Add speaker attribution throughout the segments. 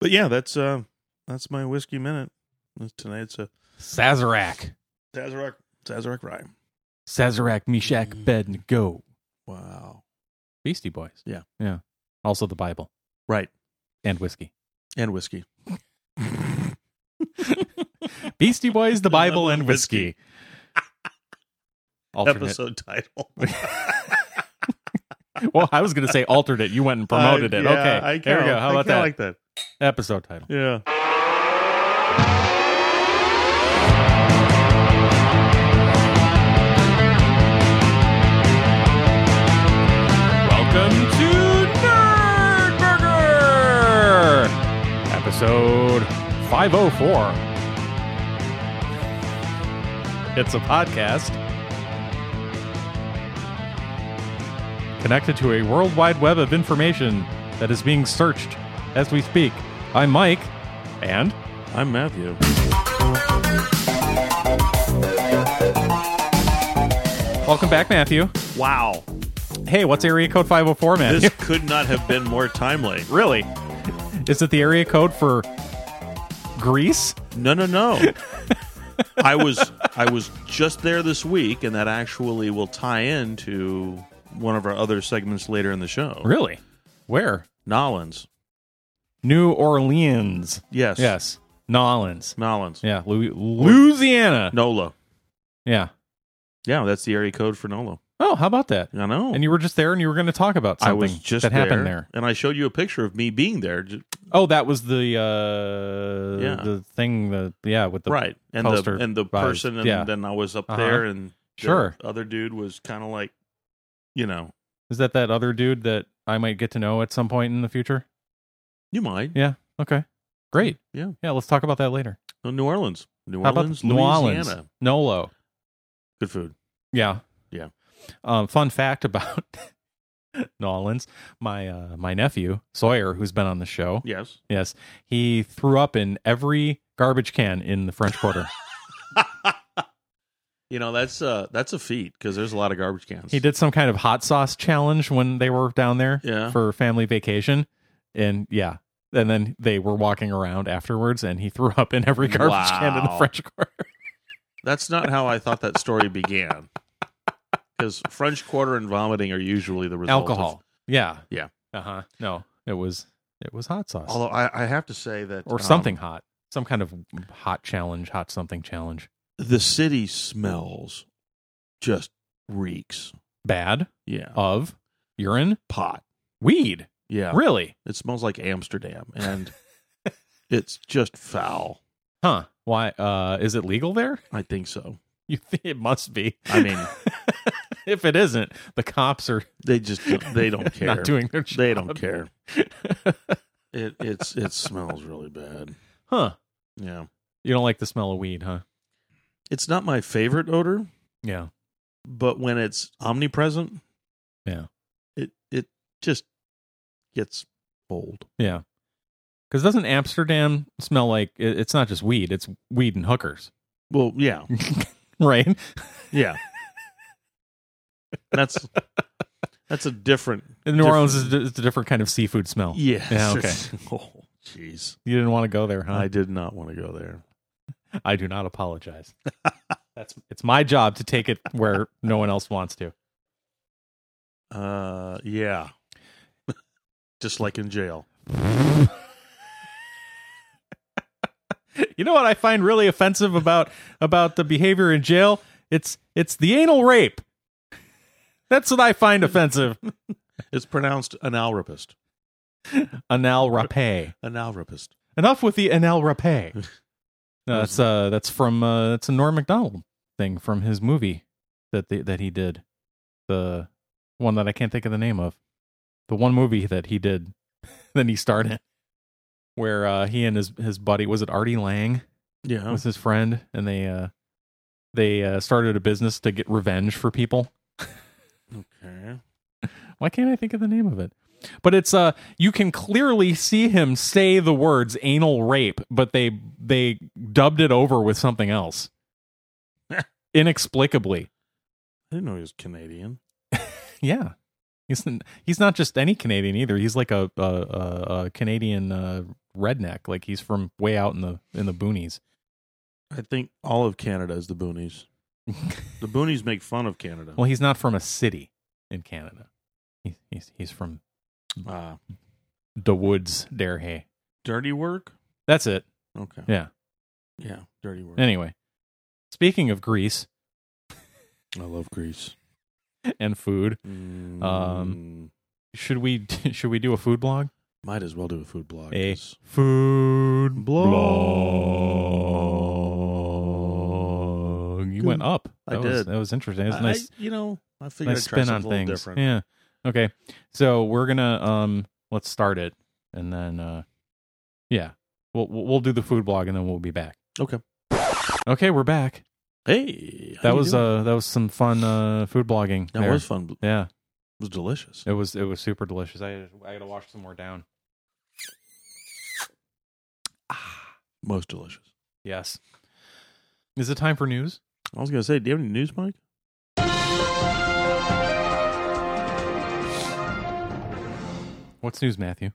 Speaker 1: But yeah, that's uh that's my whiskey minute. Tonight's a
Speaker 2: Sazerac.
Speaker 1: Sazerac Sazerac rhyme.
Speaker 2: Sazerac, Meshach, Bed, and Go.
Speaker 1: Wow.
Speaker 2: Mm. Beastie Boys.
Speaker 1: Yeah.
Speaker 2: Yeah. Also the Bible
Speaker 1: Right.
Speaker 2: and whiskey.
Speaker 1: And whiskey.
Speaker 2: Beastie Boys, the Bible, and whiskey. alternate.
Speaker 1: Episode title.
Speaker 2: Well, I was going to say alternate. You went and promoted
Speaker 1: I-
Speaker 2: it.
Speaker 1: Uh, yeah,
Speaker 2: okay.
Speaker 1: I
Speaker 2: there we
Speaker 1: kinda-
Speaker 2: go. How
Speaker 1: I
Speaker 2: about
Speaker 1: kinda
Speaker 2: that?
Speaker 1: like that.
Speaker 2: Episode title.
Speaker 1: Yeah.
Speaker 2: Welcome to Nerd Burger, episode 504. It's a podcast connected to a worldwide web of information that is being searched as we speak. I'm Mike, and
Speaker 1: I'm Matthew.
Speaker 2: welcome back, Matthew.
Speaker 1: Wow.
Speaker 2: Hey, what's area code 504, Matthew?
Speaker 1: This could not have been more timely.
Speaker 2: really? Is it the area code for Greece?
Speaker 1: No, no, no. I was I was just there this week, and that actually will tie into one of our other segments later in the show.
Speaker 2: Really? Where?
Speaker 1: Nolans.
Speaker 2: New Orleans.
Speaker 1: Yes.
Speaker 2: Yes. Nolans.
Speaker 1: Nolans.
Speaker 2: Yeah. Lu- Louisiana.
Speaker 1: Nola.
Speaker 2: Yeah.
Speaker 1: Yeah, that's the area code for Nola.
Speaker 2: Oh, how about that?
Speaker 1: I know.
Speaker 2: And you were just there and you were going to talk about
Speaker 1: I
Speaker 2: something
Speaker 1: was just
Speaker 2: that
Speaker 1: there,
Speaker 2: happened there.
Speaker 1: and I showed you a picture of me being there. J-
Speaker 2: Oh, that was the uh
Speaker 1: Yeah.
Speaker 2: the thing the yeah with the
Speaker 1: right, and
Speaker 2: poster
Speaker 1: the and the
Speaker 2: vibes.
Speaker 1: person, and
Speaker 2: Yeah.
Speaker 1: then I was up
Speaker 2: Uh-huh.
Speaker 1: there, and the
Speaker 2: Sure.
Speaker 1: other dude was kind of like, you know,
Speaker 2: Is that that other dude that I might get to know at some point in the future?
Speaker 1: you might
Speaker 2: Yeah. Okay. Great.
Speaker 1: Yeah.
Speaker 2: Yeah, let's talk about that later.
Speaker 1: Oh, New Orleans, New
Speaker 2: How about
Speaker 1: Orleans,
Speaker 2: New
Speaker 1: Louisiana,
Speaker 2: Orleans? Nolo.
Speaker 1: good food.
Speaker 2: Yeah.
Speaker 1: Yeah.
Speaker 2: Um, fun fact about Nolans, my uh, my nephew Sawyer, who's been on the show.
Speaker 1: Yes,
Speaker 2: Yes, he threw up in every garbage can in the French Quarter.
Speaker 1: you know that's uh that's a feat because there's a lot of garbage cans.
Speaker 2: he did some kind of hot sauce challenge when they were down there
Speaker 1: Yeah.
Speaker 2: for family vacation, and yeah, and then they were walking around afterwards, and he threw up in every garbage can in the
Speaker 1: Wow.
Speaker 2: French Quarter.
Speaker 1: That's not how I thought that story began. Because French Quarter and vomiting are usually the result. of-
Speaker 2: Alcohol. Yeah.
Speaker 1: Yeah.
Speaker 2: Uh huh. No, it was it was hot sauce.
Speaker 1: although I, I have to say that
Speaker 2: or
Speaker 1: um,
Speaker 2: something hot, some kind of hot challenge, hot something challenge.
Speaker 1: the city smells just reeks.
Speaker 2: Bad
Speaker 1: Yeah,
Speaker 2: of urine,
Speaker 1: pot.
Speaker 2: weed.
Speaker 1: Yeah,
Speaker 2: Really?
Speaker 1: it smells like Amsterdam, and it's just foul.
Speaker 2: Huh? Why? Uh, is it legal there?
Speaker 1: I think so.
Speaker 2: You think it must be?
Speaker 1: I mean,
Speaker 2: if it isn't, the cops are
Speaker 1: they just they don't care.
Speaker 2: Not doing their job.
Speaker 1: they don't care. It it's it smells really bad.
Speaker 2: Huh?
Speaker 1: Yeah,
Speaker 2: You don't like the smell of weed, huh?
Speaker 1: it's not my favorite odor,
Speaker 2: Yeah.
Speaker 1: but when it's omnipresent,
Speaker 2: Yeah.
Speaker 1: it it just gets old.
Speaker 2: Yeah. Because doesn't Amsterdam smell like it- it's not just weed? It's weed and hookers,
Speaker 1: Well, yeah,
Speaker 2: right?
Speaker 1: yeah. that's that's a different
Speaker 2: And New Orleans is a, it's a different kind of seafood smell.
Speaker 1: Yes.
Speaker 2: Yeah, okay.
Speaker 1: oh, jeez.
Speaker 2: You didn't want to go there, huh?
Speaker 1: I did not want to go there.
Speaker 2: I do not apologize. That's it's my job to take it where no one else wants to.
Speaker 1: Uh, yeah. Just like in jail.
Speaker 2: You know what I find really offensive about about the behavior in jail? It's it's the anal rape. That's what I find offensive.
Speaker 1: It's pronounced anal rapist.
Speaker 2: Anal rape.
Speaker 1: Anal rapist.
Speaker 2: Enough with the anal rape. No, that's uh that's from uh that's a Norm Macdonald thing from his movie that the, that he did. The one that I can't think of the name of. The one movie that he did then he starred in where uh he and his his buddy was it Artie Lang?
Speaker 1: Yeah.
Speaker 2: was his friend, and they uh, they uh, started a business to get revenge for people.
Speaker 1: Okay.
Speaker 2: Why can't I think of the name of it? But it's uh, you can clearly see him say the words "anal rape," but they they dubbed it over with something else, inexplicably.
Speaker 1: I didn't know he was Canadian.
Speaker 2: Yeah, He's he's not just any Canadian either. He's like a a, a, a Canadian uh, redneck. Like he's from way out in the in the boonies.
Speaker 1: I think all of Canada is the boonies. The boonies make fun of Canada.
Speaker 2: well, he's not from a city in Canada. He, he's he's from
Speaker 1: Ah,
Speaker 2: the woods, Derhe.
Speaker 1: dirty work?
Speaker 2: That's it.
Speaker 1: Okay.
Speaker 2: Yeah.
Speaker 1: Yeah, dirty work.
Speaker 2: Anyway, speaking of Greece
Speaker 1: I love Greece.
Speaker 2: and food, Um,
Speaker 1: Mm,
Speaker 2: should we should we do a food blog?
Speaker 1: might as well do a food blog.
Speaker 2: A
Speaker 1: 'cause-
Speaker 2: food
Speaker 1: blog.
Speaker 2: You went up.
Speaker 1: I
Speaker 2: That was,
Speaker 1: did.
Speaker 2: That was interesting. It was
Speaker 1: I-
Speaker 2: a nice,
Speaker 1: I- you know, I figured
Speaker 2: nice
Speaker 1: I'd try
Speaker 2: spin on
Speaker 1: something a little
Speaker 2: things.
Speaker 1: different.
Speaker 2: Yeah. Okay. So we're gonna um let's start it and then uh yeah we'll we'll we'll do the food blog and then we'll be back.
Speaker 1: Okay.
Speaker 2: Okay, we're back.
Speaker 1: Hey, how
Speaker 2: That
Speaker 1: you
Speaker 2: was
Speaker 1: doing?
Speaker 2: uh that was some fun uh food blogging.
Speaker 1: that
Speaker 2: there.
Speaker 1: was fun. It
Speaker 2: yeah.
Speaker 1: was delicious.
Speaker 2: It was it was super delicious. I I gotta wash some more down.
Speaker 1: Most delicious.
Speaker 2: Yes. Is it time for news?
Speaker 1: I was gonna say, do you have any news, Mike?
Speaker 2: What's news, Matthew?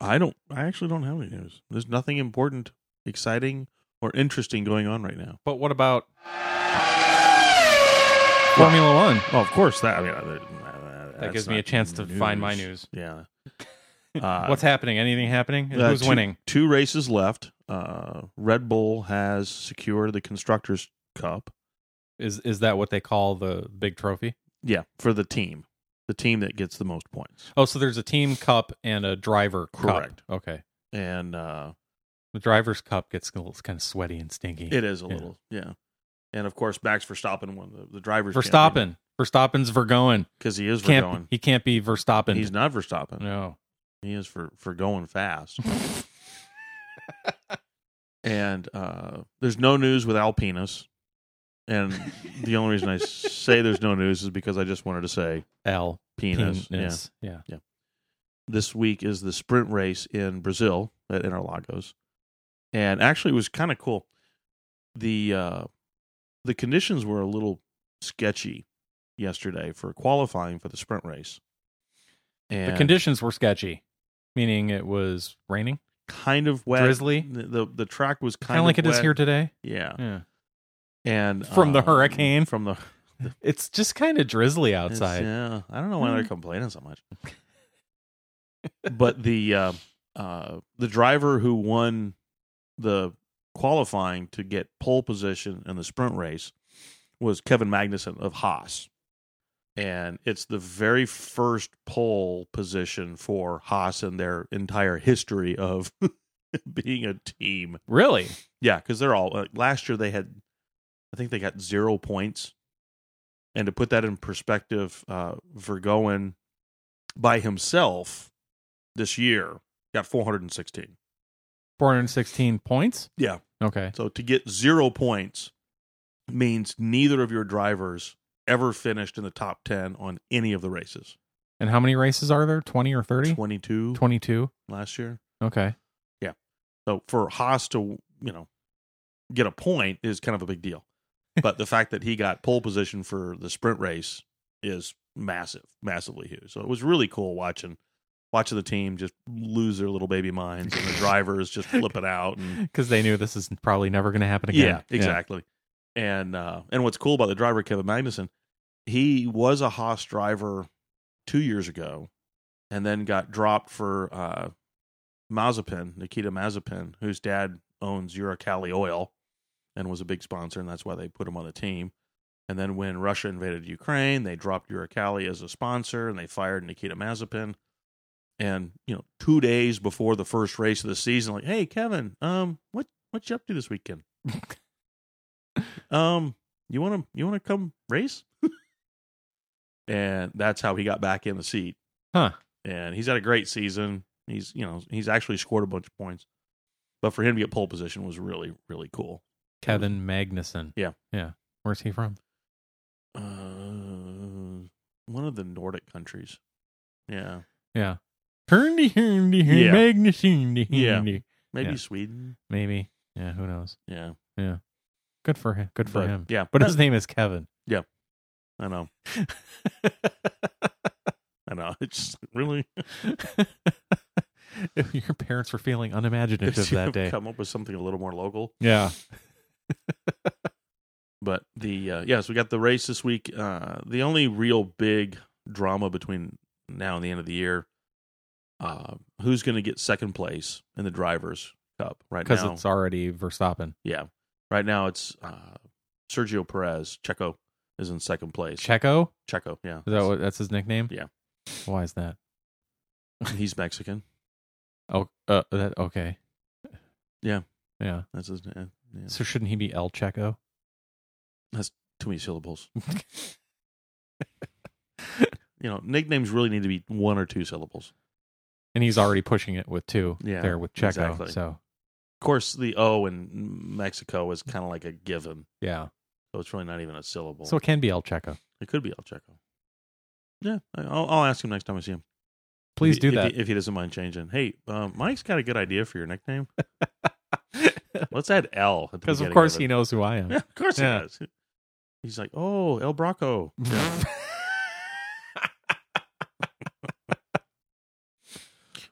Speaker 1: I don't. I actually don't have any news. There's nothing important, exciting, or interesting going on right now.
Speaker 2: But what about Formula One?
Speaker 1: Well, of course that. I mean, uh,
Speaker 2: That
Speaker 1: that's
Speaker 2: gives me
Speaker 1: not
Speaker 2: a chance to find my news.
Speaker 1: Yeah. Uh,
Speaker 2: What's happening? Anything happening?
Speaker 1: uh,
Speaker 2: Who's
Speaker 1: two-
Speaker 2: winning?
Speaker 1: Two races left. Uh, Red Bull has secured the constructors' cup.
Speaker 2: Is is that what they call the big trophy?
Speaker 1: Yeah, for the team, the team that gets the most points.
Speaker 2: Oh, so there's a team cup and a driver
Speaker 1: Correct.
Speaker 2: cup. Okay.
Speaker 1: And uh,
Speaker 2: The driver's cup gets a little- kind of sweaty and stinky.
Speaker 1: it is a
Speaker 2: Yeah.
Speaker 1: little, yeah. And of course, Max Verstappen won the, the drivers'
Speaker 2: Verstappen. Verstappen's Vergoen.
Speaker 1: because he is for
Speaker 2: Can't
Speaker 1: going.
Speaker 2: he can't be Verstappen.
Speaker 1: He's not Verstappen.
Speaker 2: no.
Speaker 1: He is for for going fast. and uh, there's no news with Alpinus. And the only reason I say there's no news is because I just wanted to say
Speaker 2: L.
Speaker 1: penis. Yeah.
Speaker 2: Penis. Yeah.
Speaker 1: This week is the sprint race in Brazil at Interlagos, and actually it was kind of cool. the uh, The conditions were a little sketchy yesterday for qualifying for the sprint race. And
Speaker 2: The conditions were sketchy, meaning it was raining,
Speaker 1: kind of wet.
Speaker 2: drizzly,
Speaker 1: The, the the track was kind,
Speaker 2: kind of like
Speaker 1: of
Speaker 2: it is
Speaker 1: wet.
Speaker 2: here today.
Speaker 1: Yeah,
Speaker 2: Yeah.
Speaker 1: and
Speaker 2: From the
Speaker 1: um,
Speaker 2: hurricane.
Speaker 1: from the
Speaker 2: It's just kind of drizzly
Speaker 1: It's-
Speaker 2: outside.
Speaker 1: Yeah, I don't know why they're
Speaker 2: Hmm.
Speaker 1: complaining so much. but the uh, uh, the driver who won the qualifying to get pole position in the sprint race was Kevin Magnussen of Haas, and it's the very first pole position for Haas in their entire history of being a team.
Speaker 2: Really?
Speaker 1: Yeah, because they're all uh, last year they had, I think they got zero points, and to put that in perspective, uh, Vergoen by himself this year got 416.
Speaker 2: 416 points?
Speaker 1: Yeah.
Speaker 2: Okay.
Speaker 1: So to get zero points means neither of your drivers ever finished in the top 10 on any of the races.
Speaker 2: And how many races are there? 20 or 30?
Speaker 1: 22
Speaker 2: 22.
Speaker 1: last year.
Speaker 2: Okay.
Speaker 1: So for Haas to, you know, get a point is kind of a big deal. But the fact that he got pole position for the sprint race is massive, massively huge. So it was really cool watching watching the team just lose their little baby minds and the drivers just flipping out and
Speaker 2: Because they knew this is probably never going to happen
Speaker 1: yeah,
Speaker 2: again.
Speaker 1: exactly. And uh and what's cool about the driver Kevin Magnuson, he was a Haas driver 2 years ago and then got dropped for uh Mazepin, Nikita Mazepin, whose dad owns Uralkali Oil and was a big sponsor, and that's why they put him on the team. And then when Russia invaded Ukraine, they dropped Uralkali as a sponsor, and they fired Nikita Mazepin. And you know, two days before the first race of the season, like, hey Kevin, um, what what you up to this weekend? um, you want to you want to come race? and that's how he got back in the seat.
Speaker 2: Huh.
Speaker 1: And he's had a great season. He's you know he's actually scored a bunch of points, but for him to get pole position was really really cool.
Speaker 2: Kevin Magnuson.
Speaker 1: Yeah.
Speaker 2: Yeah. Where's he from?
Speaker 1: Uh, one of the Nordic countries. Yeah,
Speaker 2: Yeah. Herny, herny, herny,
Speaker 1: Yeah.
Speaker 2: Magnuson.
Speaker 1: Yeah.
Speaker 2: herny.
Speaker 1: maybe
Speaker 2: Yeah.
Speaker 1: Sweden.
Speaker 2: Maybe. Yeah. Who knows?
Speaker 1: Yeah,
Speaker 2: Good for him. Good for
Speaker 1: But,
Speaker 2: him.
Speaker 1: Yeah,
Speaker 2: But his name is Kevin.
Speaker 1: I know, I know. know. It's just really
Speaker 2: if your parents were feeling unimaginative
Speaker 1: you
Speaker 2: that day.
Speaker 1: come up with something a little more local.
Speaker 2: Yeah.
Speaker 1: But the uh, yes, we got the race this week. Uh, the only real big drama between now and the end of the year, uh, who's going to get second place in the drivers' cup right
Speaker 2: Because
Speaker 1: now?
Speaker 2: it's already Verstappen.
Speaker 1: yeah, right now it's uh, Sergio Perez. Checo is in second place.
Speaker 2: Checo?
Speaker 1: Checo, yeah,
Speaker 2: Is that what that's his nickname?
Speaker 1: Yeah.
Speaker 2: Why is that?
Speaker 1: he's Mexican.
Speaker 2: Oh uh, that okay.
Speaker 1: Yeah.
Speaker 2: Yeah.
Speaker 1: That's his name. Yeah.
Speaker 2: So shouldn't he be El Checo?
Speaker 1: Too many syllables. You know, nicknames really need to be one or two syllables.
Speaker 2: and he's already pushing it with two
Speaker 1: Yeah,
Speaker 2: there with Checo.
Speaker 1: exactly.
Speaker 2: So
Speaker 1: Of course, the O in Mexico is kind of like a given,
Speaker 2: yeah.
Speaker 1: so it's really not even a syllable.
Speaker 2: So it can be El Checo.
Speaker 1: It could be El Checo. Yeah, I- I'll, I'll ask him next time I see him.
Speaker 2: Please
Speaker 1: If-
Speaker 2: do
Speaker 1: if
Speaker 2: that.
Speaker 1: he, if he doesn't mind changing. Hey, um, Mike's got a good idea for your nickname. Let's add L at the
Speaker 2: Because of
Speaker 1: beginning
Speaker 2: course
Speaker 1: it.
Speaker 2: he knows who I am.
Speaker 1: Yeah, of course
Speaker 2: Yeah.
Speaker 1: he does. He's like, oh, El Braco. Yeah.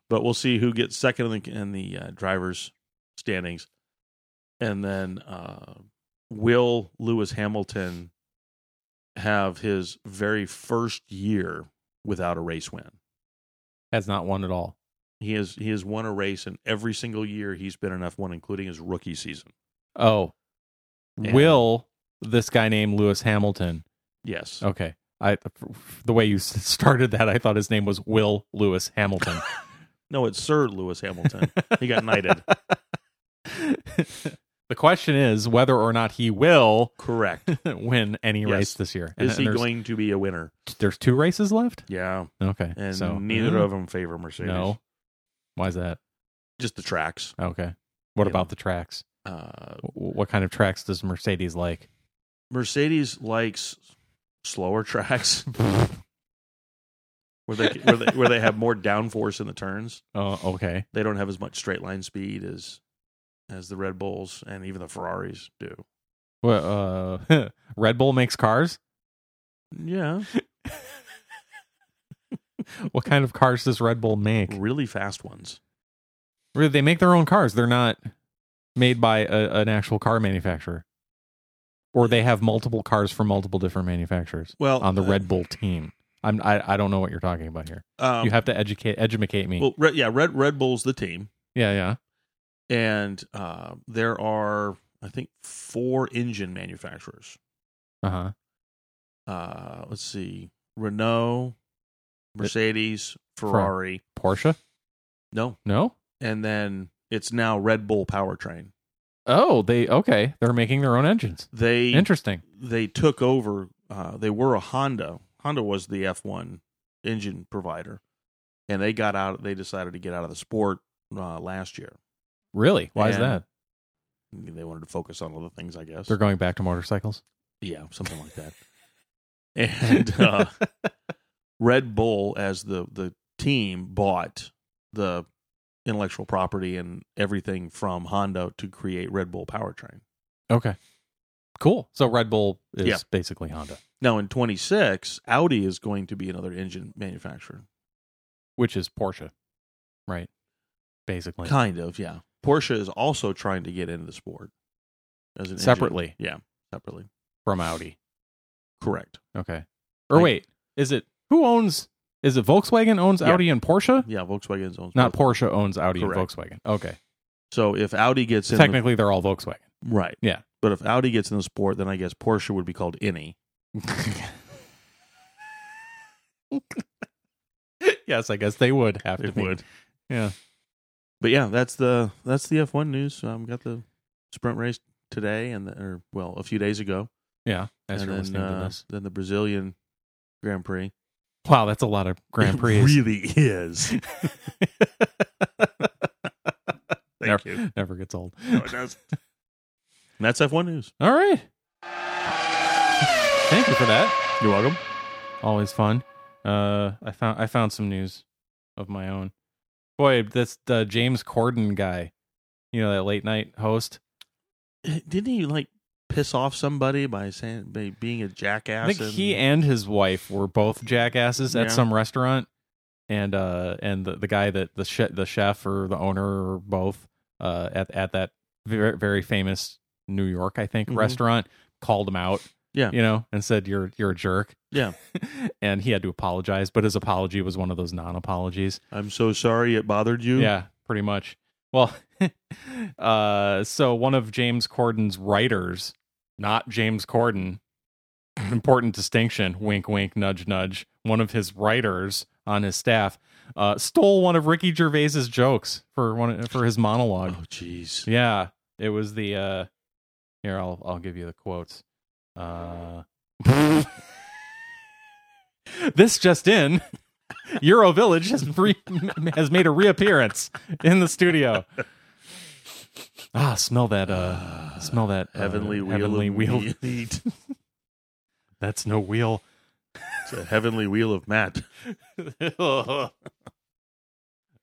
Speaker 1: but we'll see who gets second in the in the uh, drivers standings, and then uh, will Lewis Hamilton have his very first year without a race win?
Speaker 2: Has not won at all.
Speaker 1: He has he has won a race in every single year he's been in F1, including his rookie season.
Speaker 2: Oh.
Speaker 1: Yeah.
Speaker 2: Will this guy named Lewis Hamilton?
Speaker 1: Yes,
Speaker 2: Okay. I the way you s- started that, I thought his name was Will Lewis Hamilton.
Speaker 1: no, it's Sir Lewis Hamilton. he got knighted.
Speaker 2: the question is whether or not he will
Speaker 1: Correct.
Speaker 2: win any
Speaker 1: Yes.
Speaker 2: race this year. And-
Speaker 1: Is
Speaker 2: and
Speaker 1: he
Speaker 2: there's,
Speaker 1: going to be a winner?
Speaker 2: There's two races left.
Speaker 1: Yeah,
Speaker 2: Okay,
Speaker 1: and
Speaker 2: so
Speaker 1: neither
Speaker 2: Mm,
Speaker 1: of them favor Mercedes.
Speaker 2: no. Why is that?
Speaker 1: just the tracks.
Speaker 2: Okay. What
Speaker 1: Yeah.
Speaker 2: about the tracks?
Speaker 1: Uh,
Speaker 2: Wh- What kind of tracks does Mercedes like?
Speaker 1: Mercedes likes slower tracks where they where they, where they have more downforce in the turns.
Speaker 2: Oh, okay.
Speaker 1: They don't have as much straight line speed as as the Red Bulls and even the Ferraris do.
Speaker 2: Well, uh, Red Bull makes cars.
Speaker 1: Yeah,
Speaker 2: What kind of cars does Red Bull make?
Speaker 1: really fast ones.
Speaker 2: Really, They make their own cars. They're not made by a, an actual car manufacturer, or they have multiple cars from multiple different manufacturers
Speaker 1: Well,
Speaker 2: on the
Speaker 1: uh,
Speaker 2: Red Bull team. I'm I, I don't know what you're talking about here.
Speaker 1: um,
Speaker 2: you have to educate educate me.
Speaker 1: well, Red, yeah, Red Red Bull's the team,
Speaker 2: yeah, yeah.
Speaker 1: and uh, there are I think four engine manufacturers.
Speaker 2: Uh huh.
Speaker 1: Uh, let's see, Renault, Mercedes, Ferrari.
Speaker 2: Porsche?
Speaker 1: No,
Speaker 2: No.
Speaker 1: and then it's now Red Bull powertrain.
Speaker 2: Oh, they okay. They're making their own engines.
Speaker 1: They
Speaker 2: Interesting.
Speaker 1: they took over. Uh, they were a Honda. Honda was the F one engine provider, and they got out. They decided to get out of the sport uh, last year.
Speaker 2: Really? Why is
Speaker 1: And-
Speaker 2: that?
Speaker 1: They wanted to focus on other things, I guess.
Speaker 2: They're going back to motorcycles.
Speaker 1: yeah, something like that. and uh, Red Bull, as the the team, bought the intellectual property and everything from Honda to create Red Bull powertrain.
Speaker 2: okay. Cool. So Red Bull is
Speaker 1: Yeah.
Speaker 2: basically Honda,
Speaker 1: Now in 26, Audi is going to be another engine manufacturer.
Speaker 2: which is Porsche, right? Basically.
Speaker 1: Kind of, yeah. Porsche is also trying to get into the sport as an engine-
Speaker 2: Separately
Speaker 1: separately.
Speaker 2: from Audi.
Speaker 1: Correct.
Speaker 2: Okay. Or
Speaker 1: Like-
Speaker 2: wait, is it who owns is it Volkswagen owns
Speaker 1: Yeah.
Speaker 2: Audi and Porsche?
Speaker 1: Yeah, Volkswagen's owns
Speaker 2: Not
Speaker 1: both.
Speaker 2: Porsche owns Audi and
Speaker 1: Correct.
Speaker 2: Volkswagen. Okay.
Speaker 1: So if Audi gets in the-
Speaker 2: Technically they're all Volkswagen.
Speaker 1: right,
Speaker 2: Yeah.
Speaker 1: But if Audi gets in the sport, then I guess Porsche would be called any.
Speaker 2: yes, I guess they would have to
Speaker 1: It
Speaker 2: be.
Speaker 1: would.
Speaker 2: Yeah.
Speaker 1: But yeah, that's the that's the F1 news. Um, got the sprint race today and the, or well, a few days ago,
Speaker 2: Yeah. As
Speaker 1: and
Speaker 2: you're
Speaker 1: then
Speaker 2: listening to
Speaker 1: uh,
Speaker 2: this.
Speaker 1: then the Brazilian Grand Prix.
Speaker 2: Wow, that's a lot of Grand
Speaker 1: It
Speaker 2: Prix.
Speaker 1: really is. Thank you.
Speaker 2: Never gets old.
Speaker 1: No, it doesn't. And that's F1 news.
Speaker 2: All right. Thank you for that.
Speaker 1: You're welcome.
Speaker 2: Always fun. Uh, I found I found some news of my own. Boy, this uh, James Corden guy, you know that late night host.
Speaker 1: Didn't he like piss off somebody by saying by being a jackass?
Speaker 2: I think
Speaker 1: and-
Speaker 2: he and his wife were both jackasses
Speaker 1: Yeah.
Speaker 2: at some restaurant, and uh and the, the guy that the chef, the chef or the owner or both uh at at that very, very famous New York I think
Speaker 1: Mhm.
Speaker 2: restaurant called him out.
Speaker 1: Yeah.
Speaker 2: You know, and said you're you're a jerk.
Speaker 1: Yeah.
Speaker 2: and he had to apologize, but his apology was one of those non-apologies.
Speaker 1: I'm so sorry it bothered you.
Speaker 2: Yeah, pretty much. Well, uh, so one of James Corden's writers, not James Corden, important distinction, wink, wink, nudge, nudge. One of his writers on his staff uh, stole one of Ricky Gervais's jokes for one for his monologue.
Speaker 1: Oh, jeez.
Speaker 2: Yeah, it was the. Uh, here, I'll I'll give you the quotes. Uh, this just in. Euro Village has re- has made a reappearance in the studio. Ah, smell that! Uh,
Speaker 1: Ah,
Speaker 2: smell that uh,
Speaker 1: heavenly wheel.
Speaker 2: Heavenly
Speaker 1: of
Speaker 2: wheel.
Speaker 1: meat.
Speaker 2: That's no wheel.
Speaker 1: It's a heavenly wheel of Matt.
Speaker 2: yeah.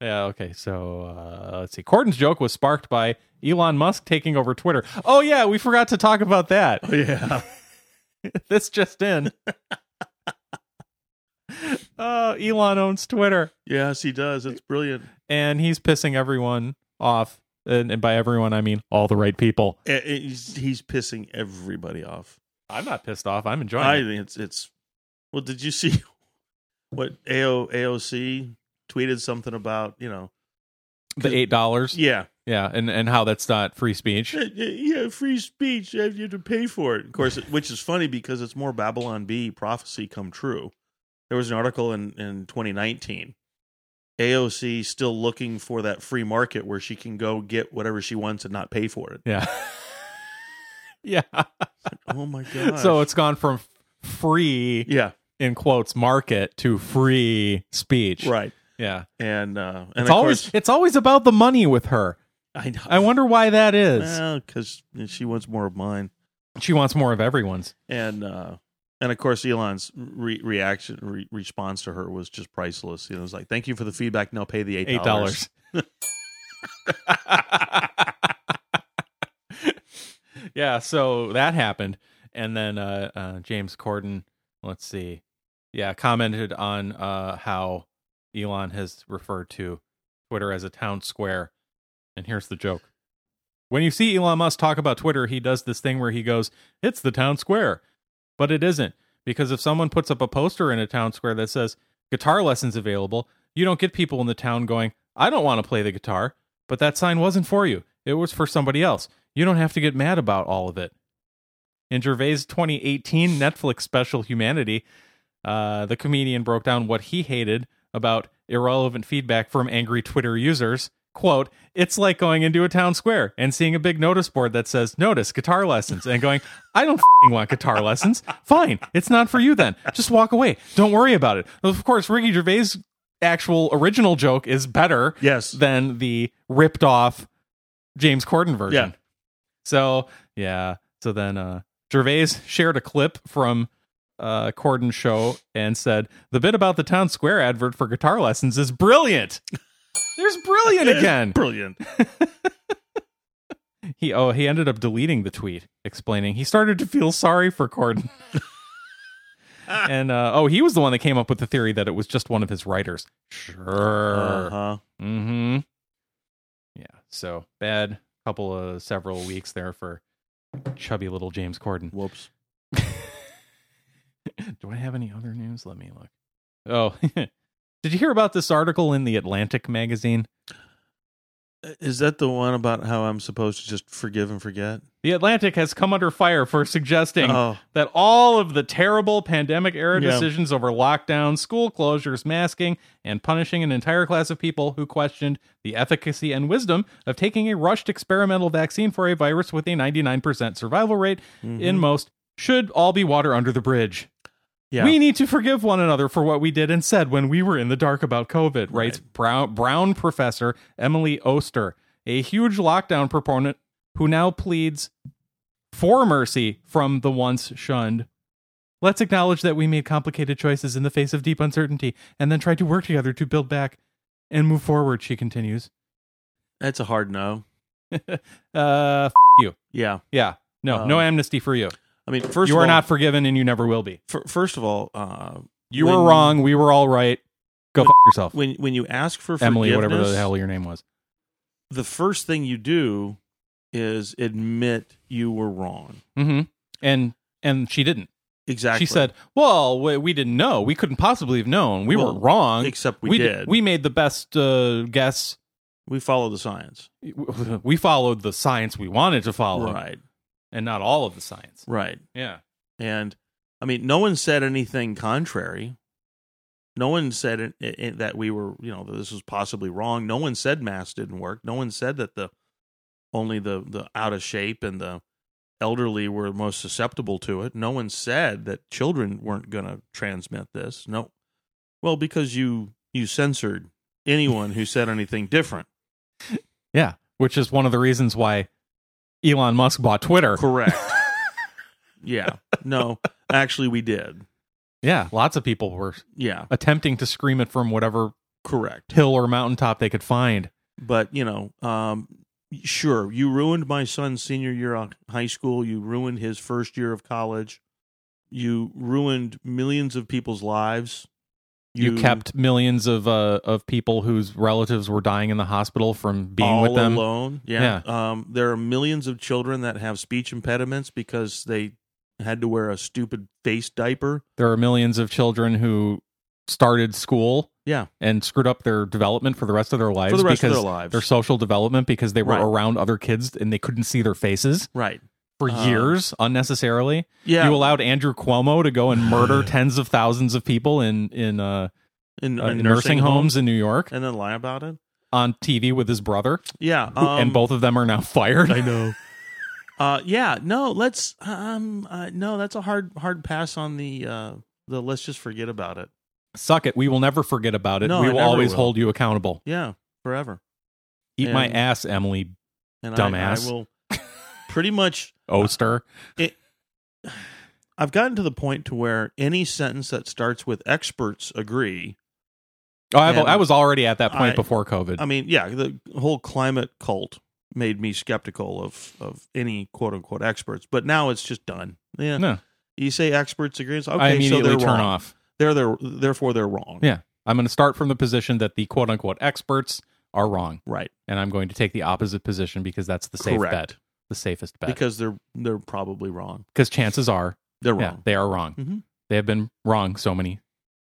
Speaker 2: Okay. So uh, let's see. Corden's joke was sparked by Elon Musk taking over Twitter. Oh yeah, we forgot to talk about that.
Speaker 1: Oh, yeah.
Speaker 2: this just in. oh, Elon owns Twitter
Speaker 1: yes, he does. It's brilliant.
Speaker 2: and he's pissing everyone off. And, and by everyone, I mean all the right people.
Speaker 1: Eh, eh, He's, he's pissing everybody off.
Speaker 2: I'm not pissed off. I'm enjoying
Speaker 1: I
Speaker 2: it.
Speaker 1: think it's it's. Well, did you see what AO, AOC tweeted something about? You know,
Speaker 2: The eight dollars. Yeah.
Speaker 1: yeah,
Speaker 2: and, and how that's not free speech.
Speaker 1: yeah, yeah, free speech. You have to pay for it, of course. Which is funny because it's more Babylon B prophecy come true. There was an article in in 2019. AOC still looking for that free market where she can go get whatever she wants and not pay for it.
Speaker 2: Yeah. yeah.
Speaker 1: Oh my god!
Speaker 2: So it's gone from free
Speaker 1: yeah,
Speaker 2: in quotes market to free speech.
Speaker 1: right.
Speaker 2: Yeah.
Speaker 1: And uh, and
Speaker 2: It's
Speaker 1: of
Speaker 2: always
Speaker 1: course,
Speaker 2: it's always about the money with her.
Speaker 1: I know.
Speaker 2: I wonder why that is.
Speaker 1: because she wants more of mine.
Speaker 2: She wants more of everyone's.
Speaker 1: and uh and of course elon's re- reaction re- response to her was just priceless he was like thank you for the feedback now pay the eight
Speaker 2: eight dollars. yeah, so that happened, and then uh, uh, James Corden, let's see, yeah, commented on uh, how Elon has referred to Twitter as a town square, and here's the joke. When you see Elon Musk talk about Twitter, he does this thing where he goes, "It's the town square," but it isn't because if someone puts up a poster in a town square that says "guitar lessons available," you don't get people in the town going, I don't want to play the guitar, but that sign wasn't for you. It was for somebody else. You don't have to get mad about all of it. In Gervais' 2018 Netflix special Humanity, uh, the comedian broke down what he hated about irrelevant feedback from angry Twitter users. Quote, it's like going into a town square and seeing a big notice board that says, Notice guitar lessons, and going, I don't fing want guitar lessons. Fine, it's not for you then. Just walk away. Don't worry about it. Of course, Ricky Gervais' actual original joke is better
Speaker 1: yes
Speaker 2: than the ripped off James Corden version.
Speaker 1: Yeah.
Speaker 2: So yeah. So then uh Gervais shared a clip from uh Corden's show and said, The bit about the town square advert for guitar lessons is brilliant. There's brilliant
Speaker 1: It's
Speaker 2: again.
Speaker 1: brilliant
Speaker 2: He oh he ended up deleting the tweet, explaining he started to feel sorry for Corden. and uh, oh, he was the one that came up with the theory that it was just one of his writers. Sure.
Speaker 1: uh-huh
Speaker 2: Mm-hmm. Yeah. So bad couple of several weeks there for chubby little James Corden.
Speaker 1: whoops
Speaker 2: Do I have any other news? Let me look. Oh, did you hear about this article in the Atlantic magazine?
Speaker 1: is that the one about how i'm supposed to just forgive and forget
Speaker 2: The Atlantic has come under fire for suggesting
Speaker 1: oh
Speaker 2: that all of the terrible pandemic era
Speaker 1: Yeah.
Speaker 2: decisions over lockdowns, school closures, masking, and punishing an entire class of people who questioned the efficacy and wisdom of taking a rushed experimental vaccine for a virus with a 99% survival rate
Speaker 1: mhm.
Speaker 2: in most Mm-hmm. should all be water under the bridge.
Speaker 1: yeah
Speaker 2: We need to forgive one another for what we did and said when we were in the dark about COVID,
Speaker 1: Right.
Speaker 2: writes Brown, Brown professor Emily Oster, a huge lockdown proponent who now pleads for mercy from the once shunned. Let's acknowledge that we made complicated choices in the face of deep uncertainty and then try to work together to build back and move forward, she continues.
Speaker 1: that's a hard no
Speaker 2: Uh, f- you.
Speaker 1: yeah
Speaker 2: Yeah. No, no
Speaker 1: Um,
Speaker 2: amnesty for you.
Speaker 1: i mean first
Speaker 2: you
Speaker 1: of
Speaker 2: are
Speaker 1: all,
Speaker 2: not forgiven and you never will be.
Speaker 1: fir- first of all uh
Speaker 2: You
Speaker 1: When-
Speaker 2: were wrong. We were all right. Go fuck yourself,
Speaker 1: when when you ask for forgiveness,
Speaker 2: Emily, whatever the hell your name was.
Speaker 1: the first thing you do is admit you were wrong.
Speaker 2: Mm-hmm. And and she didn't.
Speaker 1: Exactly.
Speaker 2: She said, "Well, we, we didn't know. We couldn't possibly have known. We
Speaker 1: Well,
Speaker 2: were wrong.
Speaker 1: except we,
Speaker 2: we
Speaker 1: did.
Speaker 2: We made the best uh, guess.
Speaker 1: we follow the science.
Speaker 2: We followed the science we wanted to follow,
Speaker 1: Right.
Speaker 2: and not all of the science.
Speaker 1: Right.
Speaker 2: Yeah.
Speaker 1: And I mean, no one said anything contrary. No one said it, it, it- that we were, you know, that this was possibly wrong. No one said mass didn't work. No one said that the only the the out of shape and the elderly were most susceptible to it. No one said that children weren't going to transmit this. No, well, because you you censored anyone who said anything different.
Speaker 2: Yeah, which is one of the reasons why Elon Musk bought Twitter.
Speaker 1: Correct. yeah. No, actually, we did.
Speaker 2: Yeah, lots of people were
Speaker 1: Yeah.
Speaker 2: attempting to scream it from whatever
Speaker 1: Correct.
Speaker 2: hill or mountaintop they could find.
Speaker 1: but you know um sure you ruined my son's senior year of high school you ruined his first year of college you ruined millions of people's lives
Speaker 2: You, kept millions of uh, of people whose relatives were dying in the hospital from being
Speaker 1: all
Speaker 2: with them.
Speaker 1: alone yeah. um there are millions of children that have speech impediments because they had to wear a stupid face diaper
Speaker 2: There are millions of children who started school
Speaker 1: Yeah.
Speaker 2: and screwed up their development for the rest of their lives
Speaker 1: for the rest of
Speaker 2: because
Speaker 1: their lives
Speaker 2: their social development because they were
Speaker 1: Right.
Speaker 2: around other kids and they couldn't see their faces
Speaker 1: right
Speaker 2: for
Speaker 1: Uh,
Speaker 2: years unnecessarily.
Speaker 1: yeah
Speaker 2: You allowed Andrew Cuomo to go and murder tens of thousands of people in in, uh,
Speaker 1: in,
Speaker 2: uh,
Speaker 1: in
Speaker 2: nursing, homes in New York
Speaker 1: and then lie about it
Speaker 2: on TV with his brother,
Speaker 1: yeah
Speaker 2: who-
Speaker 1: um,
Speaker 2: and both of them are now fired.
Speaker 1: I know. Uh, yeah, no, let's. Um, uh, no, that's a hard, hard pass on the uh, the. Let's just forget about it.
Speaker 2: Suck it. We will never forget about it.
Speaker 1: No,
Speaker 2: we
Speaker 1: I
Speaker 2: will
Speaker 1: never
Speaker 2: always
Speaker 1: will.
Speaker 2: hold you accountable.
Speaker 1: Yeah, forever.
Speaker 2: Eat my
Speaker 1: And-
Speaker 2: ass, Emily
Speaker 1: And I- I,
Speaker 2: Dumbass.
Speaker 1: will. Pretty much,
Speaker 2: Oster.
Speaker 1: I've gotten to the point to where any sentence that starts with "experts agree."
Speaker 2: Oh, I've,
Speaker 1: and
Speaker 2: I was already at that point
Speaker 1: I-
Speaker 2: before COVID.
Speaker 1: I mean, yeah, the whole climate cult made me skeptical of of any quote unquote experts, but now it's just done. Yeah,
Speaker 2: No.
Speaker 1: You say experts agree. It's, okay,
Speaker 2: I immediately
Speaker 1: so they're
Speaker 2: turn
Speaker 1: wrong.
Speaker 2: off.
Speaker 1: They're, they're therefore they're wrong.
Speaker 2: Yeah. I'm going to start from the position that the quote unquote experts are wrong,
Speaker 1: right.
Speaker 2: and I'm going to take the opposite position because that's the safe
Speaker 1: Correct.
Speaker 2: bet, the safest bet.
Speaker 1: Because they're they're probably wrong.
Speaker 2: Because chances are,
Speaker 1: They're
Speaker 2: yeah,
Speaker 1: wrong.
Speaker 2: they are wrong.
Speaker 1: Mhm.
Speaker 2: They have been wrong so many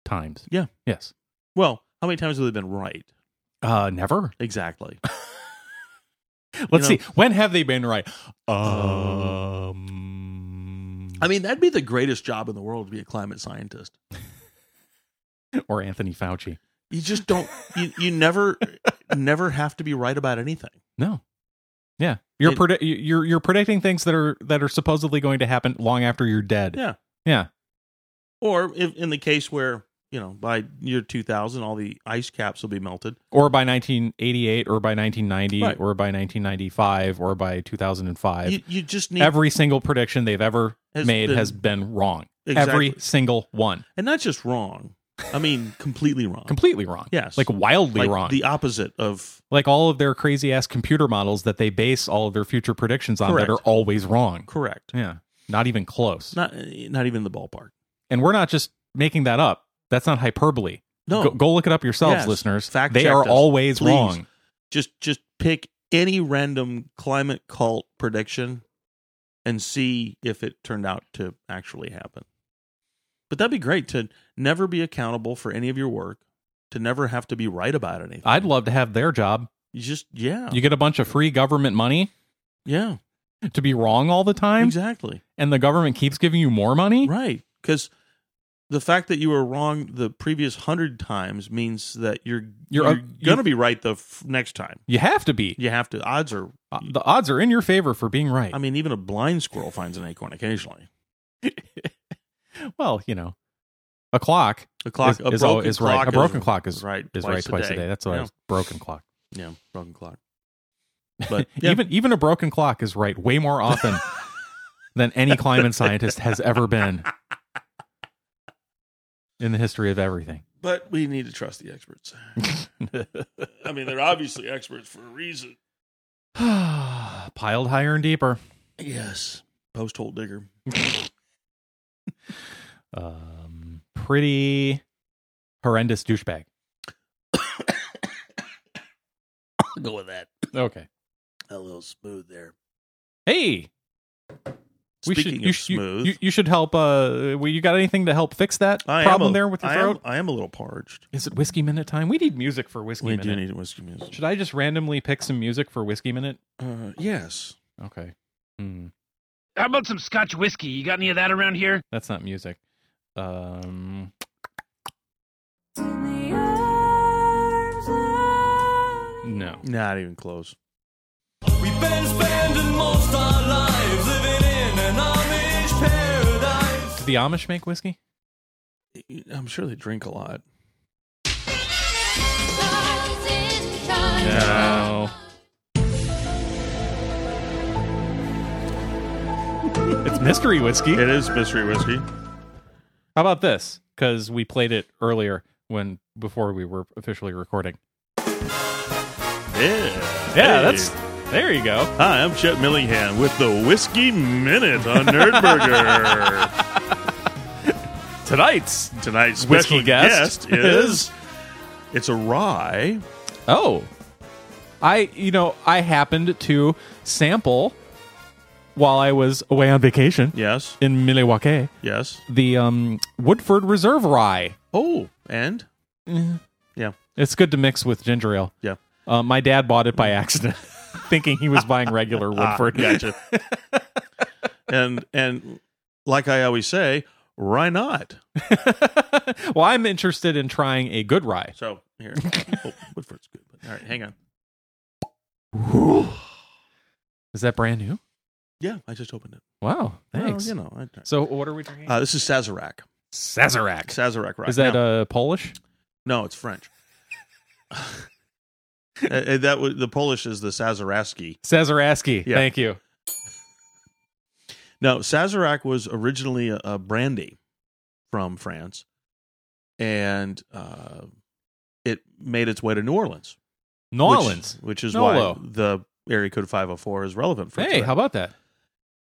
Speaker 2: times.
Speaker 1: Yeah.
Speaker 2: Yes.
Speaker 1: Well, how many times have they been right?
Speaker 2: Uh, never.
Speaker 1: Exactly.
Speaker 2: Let's
Speaker 1: know-
Speaker 2: see. When have they been right? Um,
Speaker 1: I mean, that'd be the greatest job in the world to be a climate scientist.
Speaker 2: or Anthony Fauci.
Speaker 1: You just don't. You, you never, never have to be right about anything.
Speaker 2: No. Yeah. You're
Speaker 1: It-
Speaker 2: predi- you're you're predicting things that are that are supposedly going to happen long after you're dead.
Speaker 1: Yeah.
Speaker 2: Yeah.
Speaker 1: Or if, in the case where you know by year two thousand, all the ice caps will be melted.
Speaker 2: Or by 1988 or by 1990
Speaker 1: Right.
Speaker 2: or by 1995 or by 2005.
Speaker 1: You, you just need
Speaker 2: Every single prediction they've ever
Speaker 1: has
Speaker 2: made
Speaker 1: been-
Speaker 2: has been wrong.
Speaker 1: Exactly.
Speaker 2: Every single one.
Speaker 1: and not just wrong. I mean, completely wrong.
Speaker 2: Completely wrong.
Speaker 1: Yes.
Speaker 2: Like wildly
Speaker 1: like
Speaker 2: wrong.
Speaker 1: The opposite of
Speaker 2: like all of their crazy ass computer models that they base all of their future predictions on
Speaker 1: Correct.
Speaker 2: that are always wrong.
Speaker 1: correct.
Speaker 2: Yeah. Not even close.
Speaker 1: Not not even the ballpark.
Speaker 2: and we're not just making that up. That's not hyperbole.
Speaker 1: No.
Speaker 2: Go, go look it up yourselves,
Speaker 1: Yes.
Speaker 2: listeners.
Speaker 1: Fact
Speaker 2: they
Speaker 1: check
Speaker 2: are
Speaker 1: us,
Speaker 2: always
Speaker 1: please.
Speaker 2: wrong.
Speaker 1: just just pick any random climate cult prediction and see if it turned out to actually happen. But that'd be great to never be accountable for any of your work, to never have to be right about anything.
Speaker 2: I'd love to have their job.
Speaker 1: you just yeah.
Speaker 2: Uh, You get a bunch of free government money
Speaker 1: yeah.
Speaker 2: to be wrong all the time,
Speaker 1: Exactly.
Speaker 2: and the government keeps giving you more money.
Speaker 1: Right. Cuz the fact that you were wrong the previous 100 times means that you're
Speaker 2: You're
Speaker 1: you're,
Speaker 2: up-
Speaker 1: going to be right the f- next time.
Speaker 2: You have to be.
Speaker 1: You have to odds are
Speaker 2: Uh, The odds are in your favor for being right.
Speaker 1: I mean even a blind squirrel finds an acorn occasionally.
Speaker 2: well, you know, a clock
Speaker 1: The clock
Speaker 2: is,
Speaker 1: a
Speaker 2: is al-
Speaker 1: broken
Speaker 2: is
Speaker 1: clock
Speaker 2: right. A
Speaker 1: is-
Speaker 2: broken clock is
Speaker 1: right
Speaker 2: is right twice a day. That's why
Speaker 1: yeah.
Speaker 2: it's broken clock.
Speaker 1: yeah broken clock but yeah,
Speaker 2: Even even a broken clock is right way more often than any climate scientist has ever been in the history of everything.
Speaker 1: but we need to trust the experts i mean they're obviously experts for a reason
Speaker 2: Piled higher and deeper.
Speaker 1: yes post hole digger
Speaker 2: Um, pretty horrendous douchebag.
Speaker 3: I'll go with that.
Speaker 2: Okay.
Speaker 3: A little smooth there.
Speaker 2: Hey, we should,
Speaker 1: Speaking
Speaker 2: you,
Speaker 1: of
Speaker 2: should- you-
Speaker 1: smooth,
Speaker 2: You, you should help. Uh, well, you got anything to help fix that
Speaker 1: I am
Speaker 2: problem
Speaker 1: a-
Speaker 2: there with your
Speaker 1: I
Speaker 2: throat?
Speaker 1: Am, I am a little parched.
Speaker 2: Is it whiskey minute time? We need music for whiskey
Speaker 1: We
Speaker 2: minute.
Speaker 1: do need whiskey music.
Speaker 2: Should I just randomly pick some music for whiskey minute?
Speaker 1: Uh, yes.
Speaker 2: Okay. Hmm.
Speaker 3: How about some Scotch whiskey? You got any of that around here?
Speaker 2: That's not music. Um. No.
Speaker 1: Not even close.
Speaker 4: We've been spending most our lives living in an Amish paradise.
Speaker 2: Do the Amish make whiskey?
Speaker 1: I'm sure they drink a lot.
Speaker 2: No. it's mystery whiskey.
Speaker 1: It is mystery whiskey.
Speaker 2: How about this? Because we played it earlier when before we were officially recording.
Speaker 1: Yeah.
Speaker 2: Yeah,
Speaker 1: Hey.
Speaker 2: that's there. You go.
Speaker 1: Hi, I'm Chet Millingham with the Whiskey Minute on Nerdburger.
Speaker 2: Tonight's
Speaker 1: Tonight's
Speaker 2: Whiskey
Speaker 1: special guest
Speaker 2: guest
Speaker 1: is it's a rye.
Speaker 2: Oh. I you know, I happened to sample while I was away on vacation
Speaker 1: Yes.
Speaker 2: in Milwaukee
Speaker 1: Yes.
Speaker 2: the um Woodford Reserve rye.
Speaker 1: Oh, and yeah,
Speaker 2: It's good to mix with ginger ale.
Speaker 1: yeah.
Speaker 2: Uh, my dad bought it by accident thinking he was buying regular Woodford.
Speaker 1: Gotcha. and and like I always say, why not?
Speaker 2: well, I'm interested in trying a good rye.
Speaker 1: So here, oh, Woodford's good. But, all right, hang on.
Speaker 2: Is that brand new?
Speaker 1: Yeah, I just opened it.
Speaker 2: Wow. Thanks.
Speaker 1: Well, you know, I,
Speaker 2: So what are we drinking?
Speaker 1: uh, this is Sazerac.
Speaker 2: Sazerac.
Speaker 1: Sazerac rye.
Speaker 2: Is that
Speaker 1: Now-
Speaker 2: uh Polish?
Speaker 1: No, it's French. Uh, uh, that was the Polish is the Sazeraski.
Speaker 2: Sazeraski.
Speaker 1: Yeah.
Speaker 2: Thank you.
Speaker 1: No, Sazerac was originally a, a brandy from France, and uh, it made its way to New Orleans,
Speaker 2: New
Speaker 1: which-
Speaker 2: Orleans.
Speaker 1: which is
Speaker 2: Nolo.
Speaker 1: why the area code five hundred four is relevant for
Speaker 2: Hey,
Speaker 1: today.
Speaker 2: how about that?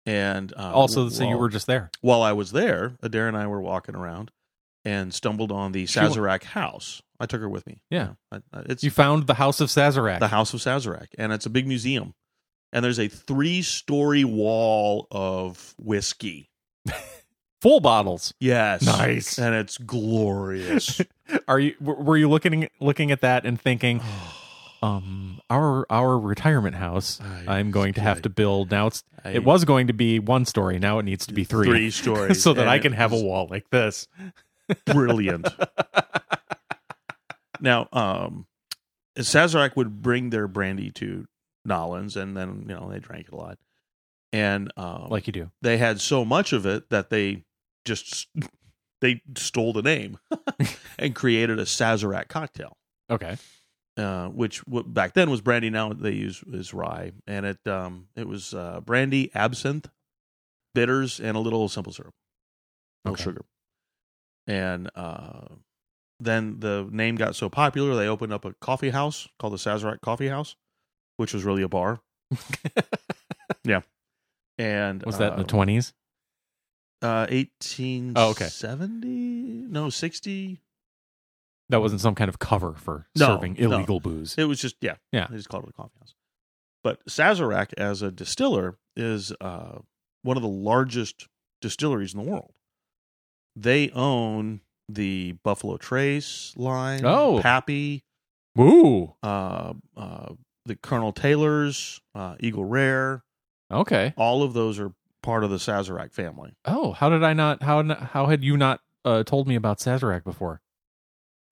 Speaker 1: and uh,
Speaker 2: also so you
Speaker 1: while-
Speaker 2: were just there
Speaker 1: while I was there, Adair and I were walking around and stumbled on the
Speaker 2: She wa-
Speaker 1: Sazerac house. I took her with me.
Speaker 2: Yeah.
Speaker 1: I- I- it's
Speaker 2: you found the house of sazerac
Speaker 1: the house of Sazerac, and it's a big museum. And there's a three-story wall of whiskey.
Speaker 2: full bottles
Speaker 1: Yes,
Speaker 2: Nice.
Speaker 1: and it's glorious.
Speaker 2: are you w- were you looking looking at that and thinking
Speaker 1: Oh,
Speaker 2: um our our retirement house
Speaker 1: I
Speaker 2: i'm going to have to build now it's
Speaker 1: I-
Speaker 2: it was going to be one story now it needs to be three,
Speaker 1: three stories,
Speaker 2: so that
Speaker 1: and
Speaker 2: i
Speaker 1: it
Speaker 2: can have a
Speaker 1: was
Speaker 2: wall like this
Speaker 1: brilliant. now, um, Sazerac would bring their brandy to Nolans, and then you know they drank it a lot, and um,
Speaker 2: like you do
Speaker 1: they had so much of it that they just they stole the name and created a Sazerac cocktail,
Speaker 2: okay
Speaker 1: uh, which w- back then was brandy. Now they use is rye, and it um, it was uh, brandy, absinthe, bitters, and a little simple syrup, no
Speaker 2: Okay.
Speaker 1: sugar. And uh, then the name got so popular, they opened up a coffee house called the Sazerac Coffee House, which was really a bar. yeah, and
Speaker 2: was that in
Speaker 1: uh,
Speaker 2: the 20s
Speaker 1: uh, 1870?
Speaker 2: Oh, okay.
Speaker 1: No, 60.
Speaker 2: that wasn't some kind of cover for
Speaker 1: No,
Speaker 2: serving
Speaker 1: no.
Speaker 2: illegal booze
Speaker 1: It was just, yeah.
Speaker 2: Yeah.
Speaker 1: They just called it a coffee house. But Sazerac, as a distiller, is uh, one of the largest distilleries in the world. They own the Buffalo Trace line,
Speaker 2: Oh.
Speaker 1: Pappy,
Speaker 2: Woo.
Speaker 1: uh, uh, the Colonel Taylor's, uh, Eagle Rare.
Speaker 2: okay
Speaker 1: All of those are part of the Sazerac family.
Speaker 2: oh how did i not how how had you not uh, told me about sazerac before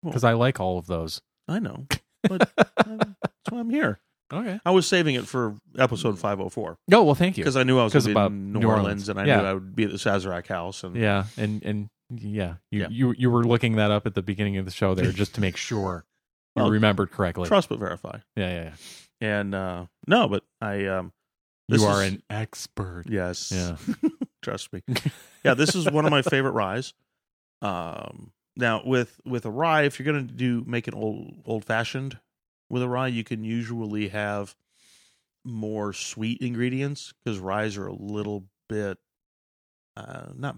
Speaker 2: because i like all of those
Speaker 1: I know. But uh, that's why I'm here.
Speaker 2: okay
Speaker 1: I was saving it for episode 504.
Speaker 2: Oh well, thank you.
Speaker 1: because I knew I was
Speaker 2: 'Cause
Speaker 1: gonna be
Speaker 2: about
Speaker 1: in
Speaker 2: New
Speaker 1: New
Speaker 2: Orleans.
Speaker 1: Orleans, and I
Speaker 2: Yeah.
Speaker 1: knew I would be at the Sazerac house. And
Speaker 2: yeah, and and yeah, you,
Speaker 1: um, Yeah.
Speaker 2: you you were looking that up at the beginning of the show there just to make sure you
Speaker 1: Well,
Speaker 2: remembered correctly.
Speaker 1: trust but verify.
Speaker 2: yeah, yeah, yeah.
Speaker 1: And uh, no, but I um,
Speaker 2: You
Speaker 1: This
Speaker 2: are
Speaker 1: is-
Speaker 2: an expert.
Speaker 1: yes,
Speaker 2: Yeah.
Speaker 1: trust me. yeah, this is one of my favorite ryes. Um, now with with a rye, if you're gonna do make it old old fashioned with a rye, you can usually have more sweet ingredients because ryes are a little bit uh, not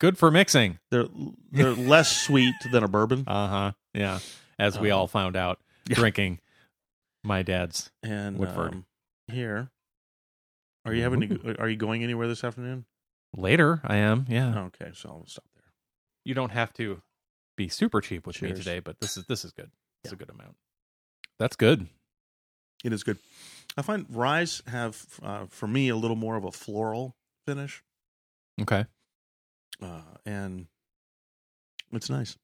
Speaker 2: Good for mixing.
Speaker 1: they're they're less sweet than a bourbon.
Speaker 2: Uh huh. Yeah. As we
Speaker 1: Uh,
Speaker 2: all found out
Speaker 1: Yeah.
Speaker 2: drinking My dad's.
Speaker 1: and
Speaker 2: Woodford.
Speaker 1: um, here. Are you having? To, are you going anywhere this afternoon?
Speaker 2: Later, I am. Yeah.
Speaker 1: Okay, so I'll stop there.
Speaker 2: You don't have to be super cheap with me
Speaker 1: Cheers.
Speaker 2: today, but this is this is good. It's a good amount. That's good.
Speaker 1: It is good. I find ryes have uh, for me a little more of a floral finish,
Speaker 2: Okay.
Speaker 1: uh, and it's nice.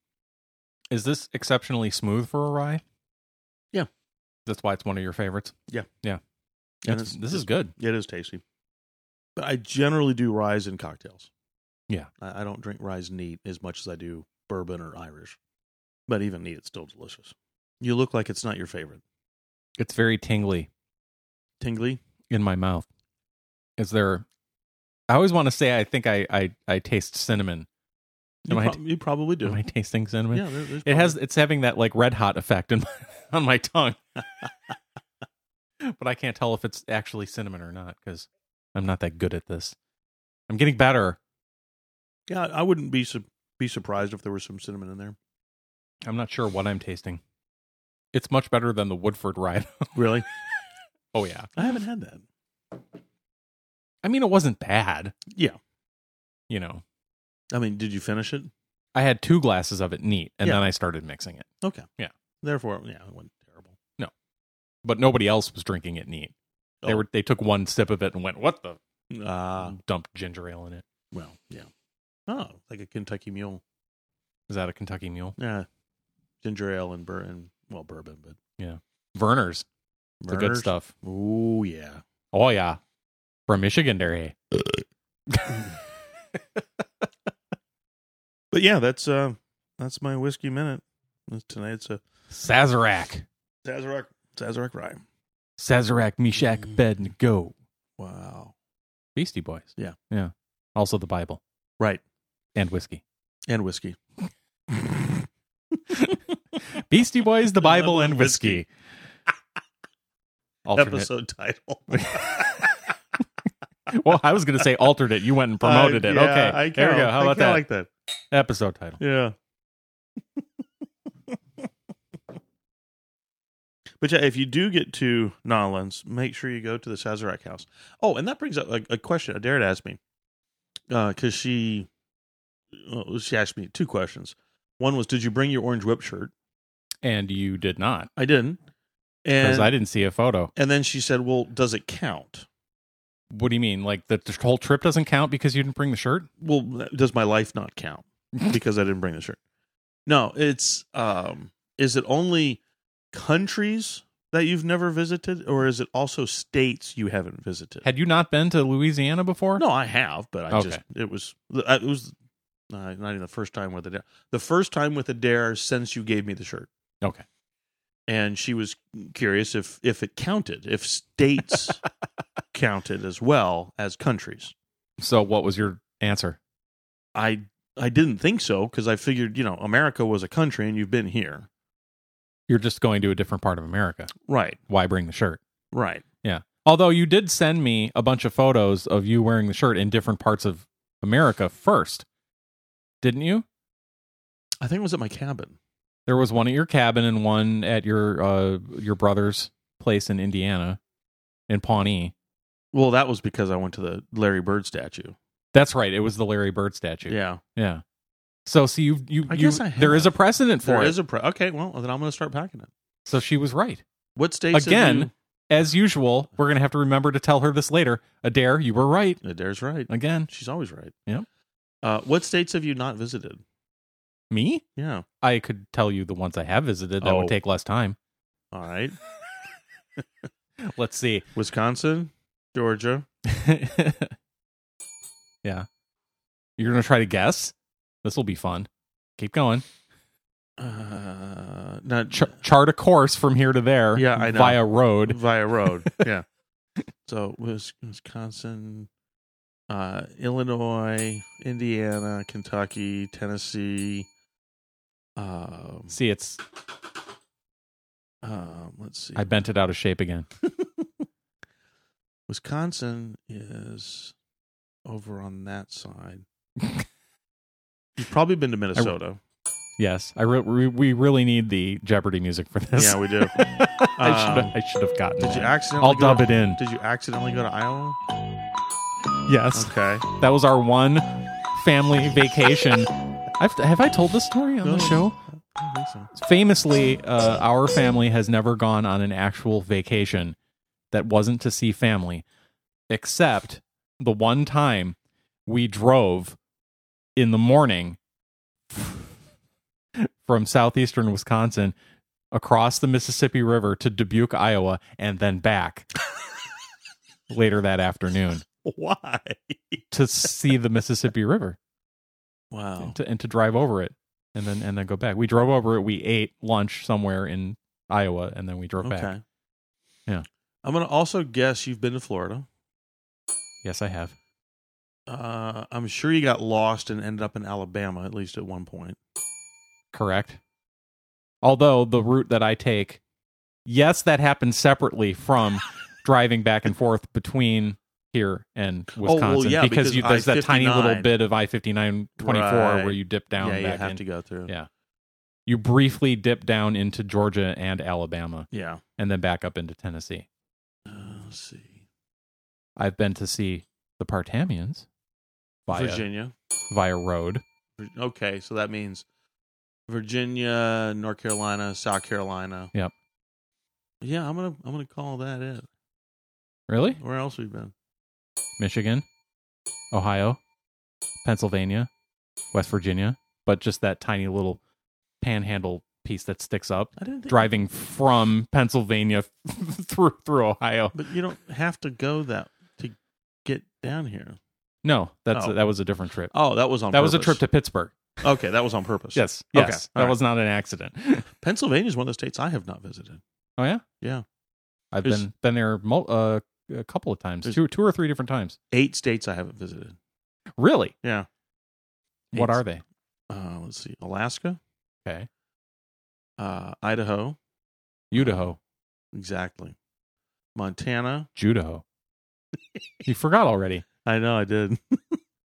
Speaker 2: Is this exceptionally smooth for a rye?
Speaker 1: Yeah.
Speaker 2: That's why it's one of your favorites.
Speaker 1: Yeah.
Speaker 2: Yeah.
Speaker 1: And
Speaker 2: That's-
Speaker 1: it's
Speaker 2: this is
Speaker 1: just-
Speaker 2: good.
Speaker 1: It is tasty, but I generally do ryes in cocktails.
Speaker 2: Yeah.
Speaker 1: I, I don't drink ryes neat as much as I do bourbon or Irish, but even neat, it's still delicious. You look like it's not your favorite.
Speaker 2: It's very tingly
Speaker 1: Tingly,
Speaker 2: in my mouth. Is there I always want to say I think I I, I taste cinnamon.
Speaker 1: you,
Speaker 2: Am I-
Speaker 1: prob- you probably do.
Speaker 2: Am I tasting cinnamon?
Speaker 1: yeah, there- there's
Speaker 2: It has
Speaker 1: probably-
Speaker 2: it's having that like red hot effect in my, on my tongue. but I can't tell if it's actually cinnamon or not cuz I'm not that good at this. I'm getting better.
Speaker 1: Yeah, I wouldn't be su- be surprised if there was some cinnamon in there.
Speaker 2: I'm not sure what I'm tasting. It's much better than the Woodford rye.
Speaker 1: Really,
Speaker 2: oh yeah.
Speaker 1: I haven't had that.
Speaker 2: I mean it wasn't bad,
Speaker 1: Yeah,
Speaker 2: you know.
Speaker 1: I mean, did you finish it?
Speaker 2: I had two glasses of it neat and
Speaker 1: Yeah.
Speaker 2: then I started mixing it.
Speaker 1: Okay.
Speaker 2: Yeah.
Speaker 1: Therefore, yeah, it wasn't terrible.
Speaker 2: But nobody else was drinking it neat. They
Speaker 1: Oh.
Speaker 2: were they took one sip of it and went, "What the?"
Speaker 1: Ah,
Speaker 2: dumped ginger ale in it.
Speaker 1: well, yeah. Oh, like a Kentucky mule.
Speaker 2: Is that a Kentucky mule?
Speaker 1: Yeah, ginger ale and bur- and well bourbon, but
Speaker 2: Verner's, the good
Speaker 1: Verner's.
Speaker 2: stuff.
Speaker 1: Oh yeah,
Speaker 2: Oh yeah, from Michigan dairy.
Speaker 1: but yeah, that's uh, that's my whiskey minute. That's tonight's a
Speaker 2: Sazerac,
Speaker 1: Sazerac Sazerac rye.
Speaker 2: Sazerac, Meshach,
Speaker 1: Mm.
Speaker 2: Bed and Go.
Speaker 1: Wow.
Speaker 2: Beastie Boys.
Speaker 1: Yeah.
Speaker 2: yeah. Also the Bible
Speaker 1: Right,
Speaker 2: and whiskey.
Speaker 1: and whiskey.
Speaker 2: Beastie Boys, the Bible, and whiskey. alternate.
Speaker 1: Episode title.
Speaker 2: Well, I was going to say alternate. You went and promoted
Speaker 1: Uh,
Speaker 2: it.
Speaker 1: yeah,
Speaker 2: okay,
Speaker 1: I
Speaker 2: there we
Speaker 1: kinda-
Speaker 2: go. How
Speaker 1: I
Speaker 2: about
Speaker 1: kinda
Speaker 2: that
Speaker 1: Like that.
Speaker 2: episode title?
Speaker 1: Yeah. but yeah, if you do get to Nolans, make sure you go to the Sazerac house. Oh, and that brings up a, a question Adair had asked me because she uh, she asked me two questions. One was, did you bring your orange whip shirt?
Speaker 2: And you did not
Speaker 1: I didn't.
Speaker 2: because
Speaker 1: And
Speaker 2: I didn't see a photo.
Speaker 1: and then she said, well, does it count?
Speaker 2: What do you mean? Like the, the whole trip doesn't count because you didn't bring the shirt?
Speaker 1: Well, does my life not count because I didn't bring the shirt? No, it's um, is it only countries that you've never visited, or is it also states you haven't visited?
Speaker 2: Had you not been to Louisiana before?
Speaker 1: No, I have, but I
Speaker 2: Okay.
Speaker 1: just it was it was uh, not even the first time with Adair. The first time with Adair since you gave me the shirt.
Speaker 2: Okay.
Speaker 1: And she was curious if if it counted, if states counted as well as countries.
Speaker 2: So what was your answer?
Speaker 1: I I didn't think so because I figured you know America was a country and you've been here.
Speaker 2: You're just going to a different part of America.
Speaker 1: Right.
Speaker 2: Why bring the shirt?
Speaker 1: Right.
Speaker 2: Although you did send me a bunch of photos of you wearing the shirt in different parts of America first, didn't you?
Speaker 1: I think it was at my cabin.
Speaker 2: There was one at your cabin and one at your uh, your brother's place in Indiana, in Pawnee.
Speaker 1: Well, that was because I went to the Larry Bird statue.
Speaker 2: That's right. It was the Larry Bird statue.
Speaker 1: Yeah.
Speaker 2: Yeah. So see, you you,
Speaker 1: I
Speaker 2: you
Speaker 1: guess I
Speaker 2: there is a
Speaker 1: have.
Speaker 2: precedent for
Speaker 1: There
Speaker 2: it.
Speaker 1: is a pre- okay. Well, then I'm going to start packing it.
Speaker 2: so she was right.
Speaker 1: What states have
Speaker 2: Again. As usual, we're gonna have to remember to tell her this later. Adair, you were right
Speaker 1: you- Adair's right.
Speaker 2: again.
Speaker 1: She's always right.
Speaker 2: Yep.
Speaker 1: Uh, what states have you not visited?
Speaker 2: Me?
Speaker 1: Yeah.
Speaker 2: I could tell you the ones I have visited. That
Speaker 1: Oh.
Speaker 2: would take less time.
Speaker 1: All right.
Speaker 2: Let's see.
Speaker 1: Wisconsin, Georgia.
Speaker 2: yeah. You're going to try to guess? This will be fun. Keep going.
Speaker 1: Uh, not
Speaker 2: Ch- chart a course from here to there
Speaker 1: Yeah, I know.
Speaker 2: via road.
Speaker 1: via road. yeah. So Wis- Wisconsin, uh, Illinois, Indiana, Kentucky, Tennessee. Um,
Speaker 2: See, it's
Speaker 1: um, let's see.
Speaker 2: I bent it out of shape again.
Speaker 1: Wisconsin is over on that side. You've probably been to Minnesota.
Speaker 2: Yes, I re- re- we really need the Jeopardy music for this.
Speaker 1: Yeah, we do.
Speaker 2: I should
Speaker 1: Um,
Speaker 2: I should have gotten.
Speaker 1: Did you
Speaker 2: that.
Speaker 1: accidentally?
Speaker 2: I'll
Speaker 1: go
Speaker 2: dub
Speaker 1: to-
Speaker 2: it in.
Speaker 1: Did you accidentally go to Iowa?
Speaker 2: Yes,
Speaker 1: Okay.
Speaker 2: that was our one family vacation. I've, have I told this story on
Speaker 1: No.
Speaker 2: the show?
Speaker 1: I don't think so.
Speaker 2: Famously, uh, our family has never gone on an actual vacation that wasn't to see family, except the one time we drove in the morning from southeastern Wisconsin across the Mississippi River to Dubuque, Iowa, and then back later that afternoon
Speaker 1: Why?
Speaker 2: to see the Mississippi River
Speaker 1: Wow. Oh.
Speaker 2: and, to, and to drive over it and then and then go back. We drove over it. We ate lunch somewhere in Iowa and then we drove back.
Speaker 1: Okay.
Speaker 2: Yeah.
Speaker 1: I'm gonna also guess you've been to Florida.
Speaker 2: Yes, I have.
Speaker 1: Uh, I'm sure you got lost and ended up in Alabama at least at one point.
Speaker 2: Correct. Although the route that I take, yes, that happens separately from driving back and forth between here and Wisconsin
Speaker 1: Oh, yeah,
Speaker 2: because,
Speaker 1: because
Speaker 2: you, there's that tiny little
Speaker 1: I-59.
Speaker 2: bit of I-59 24
Speaker 1: Right.
Speaker 2: where you dip down
Speaker 1: yeah, you
Speaker 2: back
Speaker 1: have
Speaker 2: in.
Speaker 1: to go through.
Speaker 2: Yeah. You briefly dip down into Georgia and Alabama
Speaker 1: Yeah.
Speaker 2: and then back up into Tennessee.
Speaker 1: Uh, let's see.
Speaker 2: I've been to see the Partamians via
Speaker 1: Virginia.
Speaker 2: via road.
Speaker 1: Vir- Okay, so that means Virginia, North Carolina, South Carolina.
Speaker 2: Yep.
Speaker 1: Yeah, I'm gonna I'm gonna call that it.
Speaker 2: Really?
Speaker 1: Where else we've been?
Speaker 2: Michigan, Ohio, Pennsylvania, West Virginia, but just that tiny little panhandle piece that sticks up
Speaker 1: I didn't think
Speaker 2: driving from Pennsylvania through through Ohio.
Speaker 1: But you don't have to go that to get down here.
Speaker 2: No, that's
Speaker 1: Oh.
Speaker 2: that was a different trip.
Speaker 1: Oh, that was on.
Speaker 2: that was a trip to Pittsburg.
Speaker 1: to. Okay, that was on purpose.
Speaker 2: Yes.
Speaker 1: Okay.
Speaker 2: Yes.
Speaker 1: All
Speaker 2: That
Speaker 1: right.
Speaker 2: was not an accident.
Speaker 1: Pennsylvania is one of the states I have not visited.
Speaker 2: oh yeah?
Speaker 1: Yeah.
Speaker 2: I've
Speaker 1: There's-
Speaker 2: been been there mul- uh, a couple of times.
Speaker 1: There's-
Speaker 2: Two two or three different times.
Speaker 1: Eight states I haven't visited.
Speaker 2: Really?
Speaker 1: Yeah.
Speaker 2: What
Speaker 1: Eight-
Speaker 2: are they?
Speaker 1: Uh, let's see: Alaska,
Speaker 2: Okay.
Speaker 1: uh, Idaho,
Speaker 2: Idaho,
Speaker 1: exactly. Montana.
Speaker 2: Judaho. you forgot already.
Speaker 1: I know I did.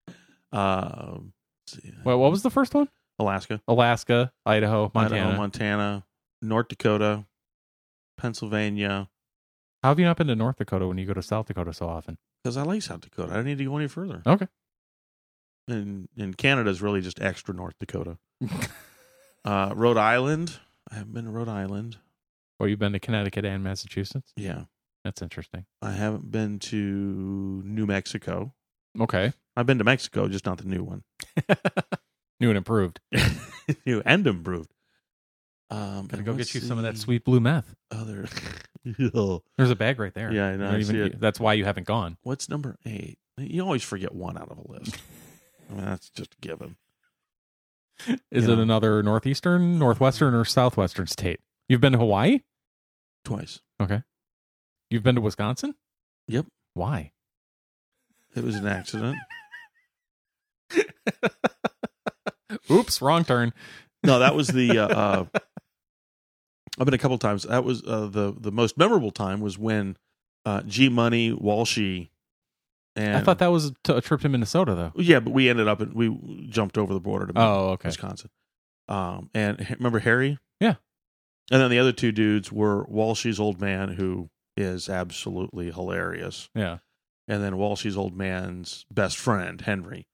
Speaker 1: Um let's see.
Speaker 2: What, what was the first one?
Speaker 1: Alaska,
Speaker 2: Alaska, Idaho, Montana.
Speaker 1: Montana, Idaho, Montana, North Dakota, Pennsylvania.
Speaker 2: How have you not been to North Dakota when you go to South Dakota so often?
Speaker 1: Because I like South Dakota. I don't need to go any further.
Speaker 2: Okay.
Speaker 1: And and Canada is really just extra North Dakota. Uh, Rhode Island. I haven't been to Rhode Island.
Speaker 2: Well, you've been to Connecticut and Massachusetts.
Speaker 1: Yeah.
Speaker 2: That's interesting.
Speaker 1: I haven't been to New Mexico.
Speaker 2: Okay.
Speaker 1: I've been to Mexico, just not the new one.
Speaker 2: New and improved.
Speaker 1: new and improved. Um,
Speaker 2: Gotta
Speaker 1: and
Speaker 2: go
Speaker 1: let's
Speaker 2: get you some of that
Speaker 1: see,
Speaker 2: sweet blue meth.
Speaker 1: Other.
Speaker 2: There's a bag right there.
Speaker 1: Yeah, I know,
Speaker 2: You
Speaker 1: I see it.
Speaker 2: that's why you haven't gone.
Speaker 1: What's number eight? You always forget one out of a list. I mean, that's just a given.
Speaker 2: Is
Speaker 1: Yeah.
Speaker 2: it another northeastern, northwestern, or southwestern state? You've been to Hawaii?
Speaker 1: Twice.
Speaker 2: You've been to Wisconsin?
Speaker 1: Yep.
Speaker 2: Why?
Speaker 1: It was an accident.
Speaker 2: Oops, wrong turn.
Speaker 1: No, that was the. Uh, uh, I've been a couple times. That was uh, the the most memorable time was when uh, G Money Walshy and
Speaker 2: I thought that was to a trip to Minnesota, though.
Speaker 1: yeah, but we ended up and we jumped over the border to
Speaker 2: Oh, okay.
Speaker 1: Wisconsin. Um, and h- remember Harry?
Speaker 2: Yeah.
Speaker 1: And then the other two dudes were Walshy's old man, who is absolutely hilarious,
Speaker 2: Yeah.
Speaker 1: and then Walshy's old man's best friend Henry,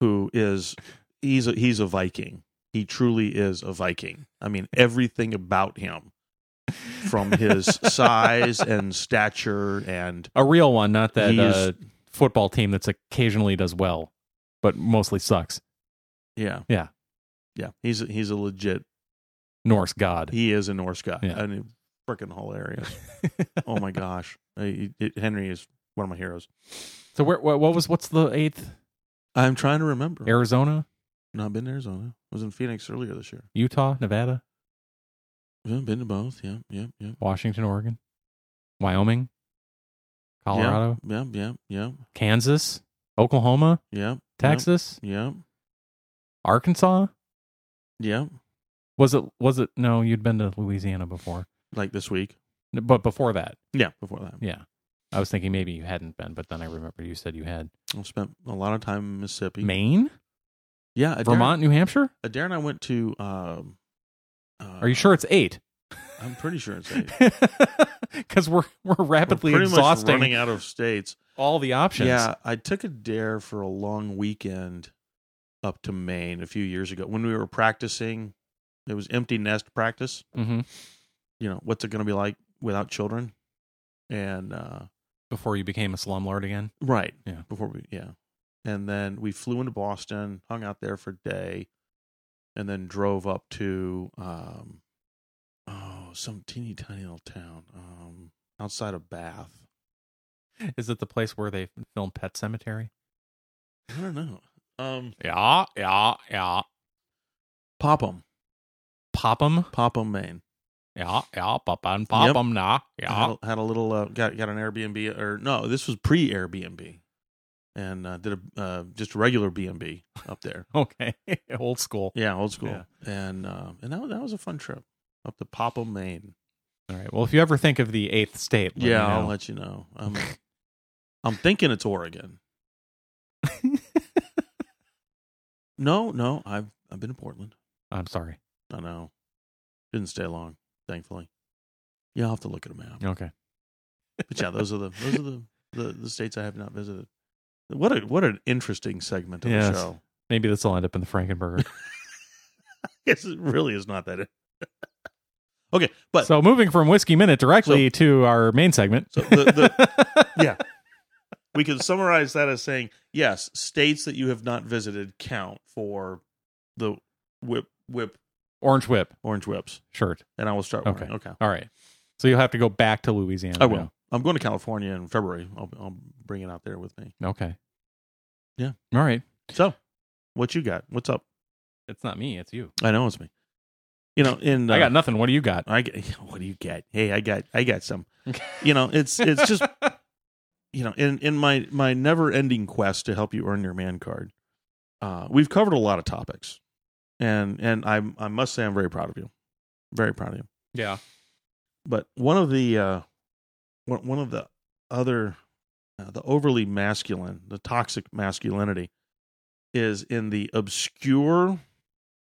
Speaker 1: who is he's a, he's a Viking. He truly is a Viking. I mean, everything about him, from his size and stature and
Speaker 2: A real one, not that
Speaker 1: He is-
Speaker 2: uh, football team that's occasionally does well, but mostly sucks.
Speaker 1: yeah,
Speaker 2: Yeah.
Speaker 1: yeah, he's a, he's a legit.
Speaker 2: Norse god.
Speaker 1: He is a Norse guy.
Speaker 2: Yeah.
Speaker 1: and freaking hilarious. oh my gosh, I- it- Henry is one of my heroes.
Speaker 2: so where, where what was what's the eighth?
Speaker 1: I'm trying to remember.
Speaker 2: Arizona,
Speaker 1: Not been to Arizona. was in Phoenix earlier this year.
Speaker 2: Utah, Nevada,
Speaker 1: Yeah, been to both. Yeah, yeah, yeah.
Speaker 2: Washington, Oregon, Wyoming, Colorado,
Speaker 1: Yeah, yeah, yeah,
Speaker 2: Kansas, Oklahoma,
Speaker 1: yeah,
Speaker 2: Texas,
Speaker 1: yeah,
Speaker 2: Arkansas.
Speaker 1: yeah.
Speaker 2: Was it was it no, you'd been to Louisiana before.
Speaker 1: Like this week.
Speaker 2: N- But before that.
Speaker 1: Yeah, before that.
Speaker 2: Yeah. I was thinking maybe you hadn't been, but then I remember you said you had.
Speaker 1: I spent a lot of time in Mississippi.
Speaker 2: Maine?
Speaker 1: Yeah, Adair,
Speaker 2: Vermont, New Hampshire?
Speaker 1: Adair and I went to. Um, uh,
Speaker 2: Are you sure it's eight?
Speaker 1: I'm pretty sure it's eight.
Speaker 2: Because we're we're
Speaker 1: We're
Speaker 2: rapidly
Speaker 1: pretty much
Speaker 2: exhausting
Speaker 1: running out of states.
Speaker 2: all the options.
Speaker 1: Yeah, I took a dare for a long weekend up to Maine a few years ago when we were practicing. It was empty nest practice.
Speaker 2: hmm
Speaker 1: You know, what's it going to be like without children? And uh,
Speaker 2: Before you became a slumlord again.
Speaker 1: right,
Speaker 2: Yeah.
Speaker 1: Before we, yeah, and then we flew into Boston, hung out there for a day, and then drove up to um, oh, some teeny tiny little town um, outside of Bath.
Speaker 2: Is it the place where they film Pet Cemetery?
Speaker 1: I don't know. Um,
Speaker 2: Yeah, yeah, yeah.
Speaker 1: Popham,
Speaker 2: Popham?
Speaker 1: Popham, Maine.
Speaker 2: Yeah, yeah, Popham,
Speaker 1: Yep.
Speaker 2: Popham, nah,
Speaker 1: had a, had a little uh, got got an Airbnb or no, this was pre Airbnb, and uh, did a uh, just a regular B and B up there.
Speaker 2: Okay, old school.
Speaker 1: Yeah, old school,
Speaker 2: Yeah.
Speaker 1: and uh, and that was, that was a fun trip up to Popham, Maine.
Speaker 2: All right. Well, if you ever think of the eighth state, let me
Speaker 1: yeah, I'll
Speaker 2: know.
Speaker 1: let you know. I'm I'm thinking it's Oregon. no, no, I've I've been to Portland.
Speaker 2: I'm sorry.
Speaker 1: I know, didn't stay long, thankfully. Yeah, I'll have to look at a map.
Speaker 2: Okay.
Speaker 1: But yeah, those are the those are the, the, the states I have not visited. What a what an interesting segment of the
Speaker 2: Yes.
Speaker 1: show.
Speaker 2: Maybe this will end up in the Frankenburger.
Speaker 1: Yes, it really is not that. okay, but
Speaker 2: so moving from whiskey minute directly to our main segment.
Speaker 1: so the, the, yeah, we can summarize that as saying yes, states that you have not visited count for the whip whip
Speaker 2: Orange whip
Speaker 1: orange whips,
Speaker 2: shirt.
Speaker 1: and I will start.
Speaker 2: Okay.
Speaker 1: wearing- okay,
Speaker 2: All right. So you'll have to go back to Louisiana.
Speaker 1: I will. I'm going to California in February. I'll, I'll bring it out there with me.
Speaker 2: now. Okay.
Speaker 1: Yeah.
Speaker 2: All right.
Speaker 1: So, what you got? What's up?
Speaker 2: It's not me. It's you.
Speaker 1: I know it's me. You know, in
Speaker 2: I
Speaker 1: uh,
Speaker 2: got nothing. What do you got?
Speaker 1: I get, what do you get? Hey, I got I got some. You know, it's it's just you know, in in my my never ending quest to help you earn your man card, uh, we've covered a lot of topics, and and I I must say I'm very proud of you, very proud of you.
Speaker 2: yeah.
Speaker 1: But one of the uh, one one of the other uh, the overly masculine, the toxic masculinity, is in the obscure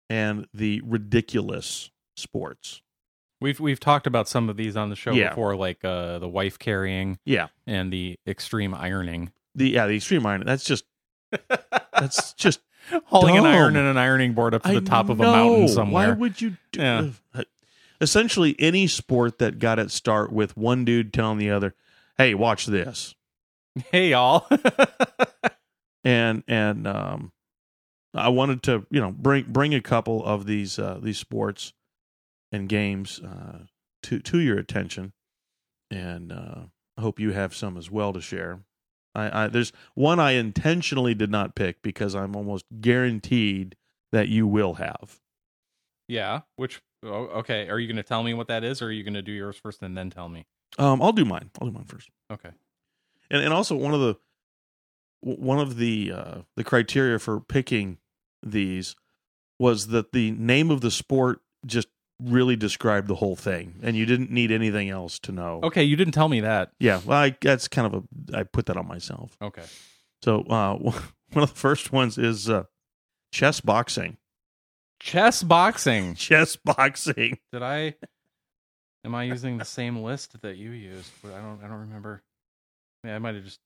Speaker 1: and the ridiculous sports.
Speaker 2: We've we've talked about some of these on the show
Speaker 1: Yeah.
Speaker 2: before, like uh, the wife carrying
Speaker 1: Yeah,
Speaker 2: and the extreme ironing,
Speaker 1: the yeah the extreme iron. That's just that's just
Speaker 2: hauling an iron
Speaker 1: Dumb.
Speaker 2: and an ironing board up to
Speaker 1: I
Speaker 2: the top of a
Speaker 1: know.
Speaker 2: mountain somewhere.
Speaker 1: Why would you do
Speaker 2: Yeah.
Speaker 1: Essentially, any sport that got its start with one dude telling the other, "Hey, watch this,"
Speaker 2: hey y'all.
Speaker 1: and and um, I wanted to you know bring bring a couple of these uh, these sports and games uh, to to your attention, and uh, I hope you have some as well to share. I, I there's one I intentionally did not pick because I'm almost guaranteed that you will have.
Speaker 2: yeah. Which oh, okay. Are you going to tell me what that is, or are you going to do yours first and then tell me?
Speaker 1: Um, I'll do mine. I'll do mine first.
Speaker 2: Okay.
Speaker 1: and and also one of the w- one of the uh, the criteria for picking these was that the name of the sport just really described the whole thing, and you didn't need anything else to know.
Speaker 2: Okay. You didn't tell me that.
Speaker 1: Yeah, well, I, that's kind of a I put that on myself.
Speaker 2: Okay.
Speaker 1: So uh, one of the first ones is uh, chess boxing.
Speaker 2: Chess boxing.
Speaker 1: Chess boxing.
Speaker 2: Did I? Am I using the same list that you used? But I don't. I don't remember. Yeah, I might have just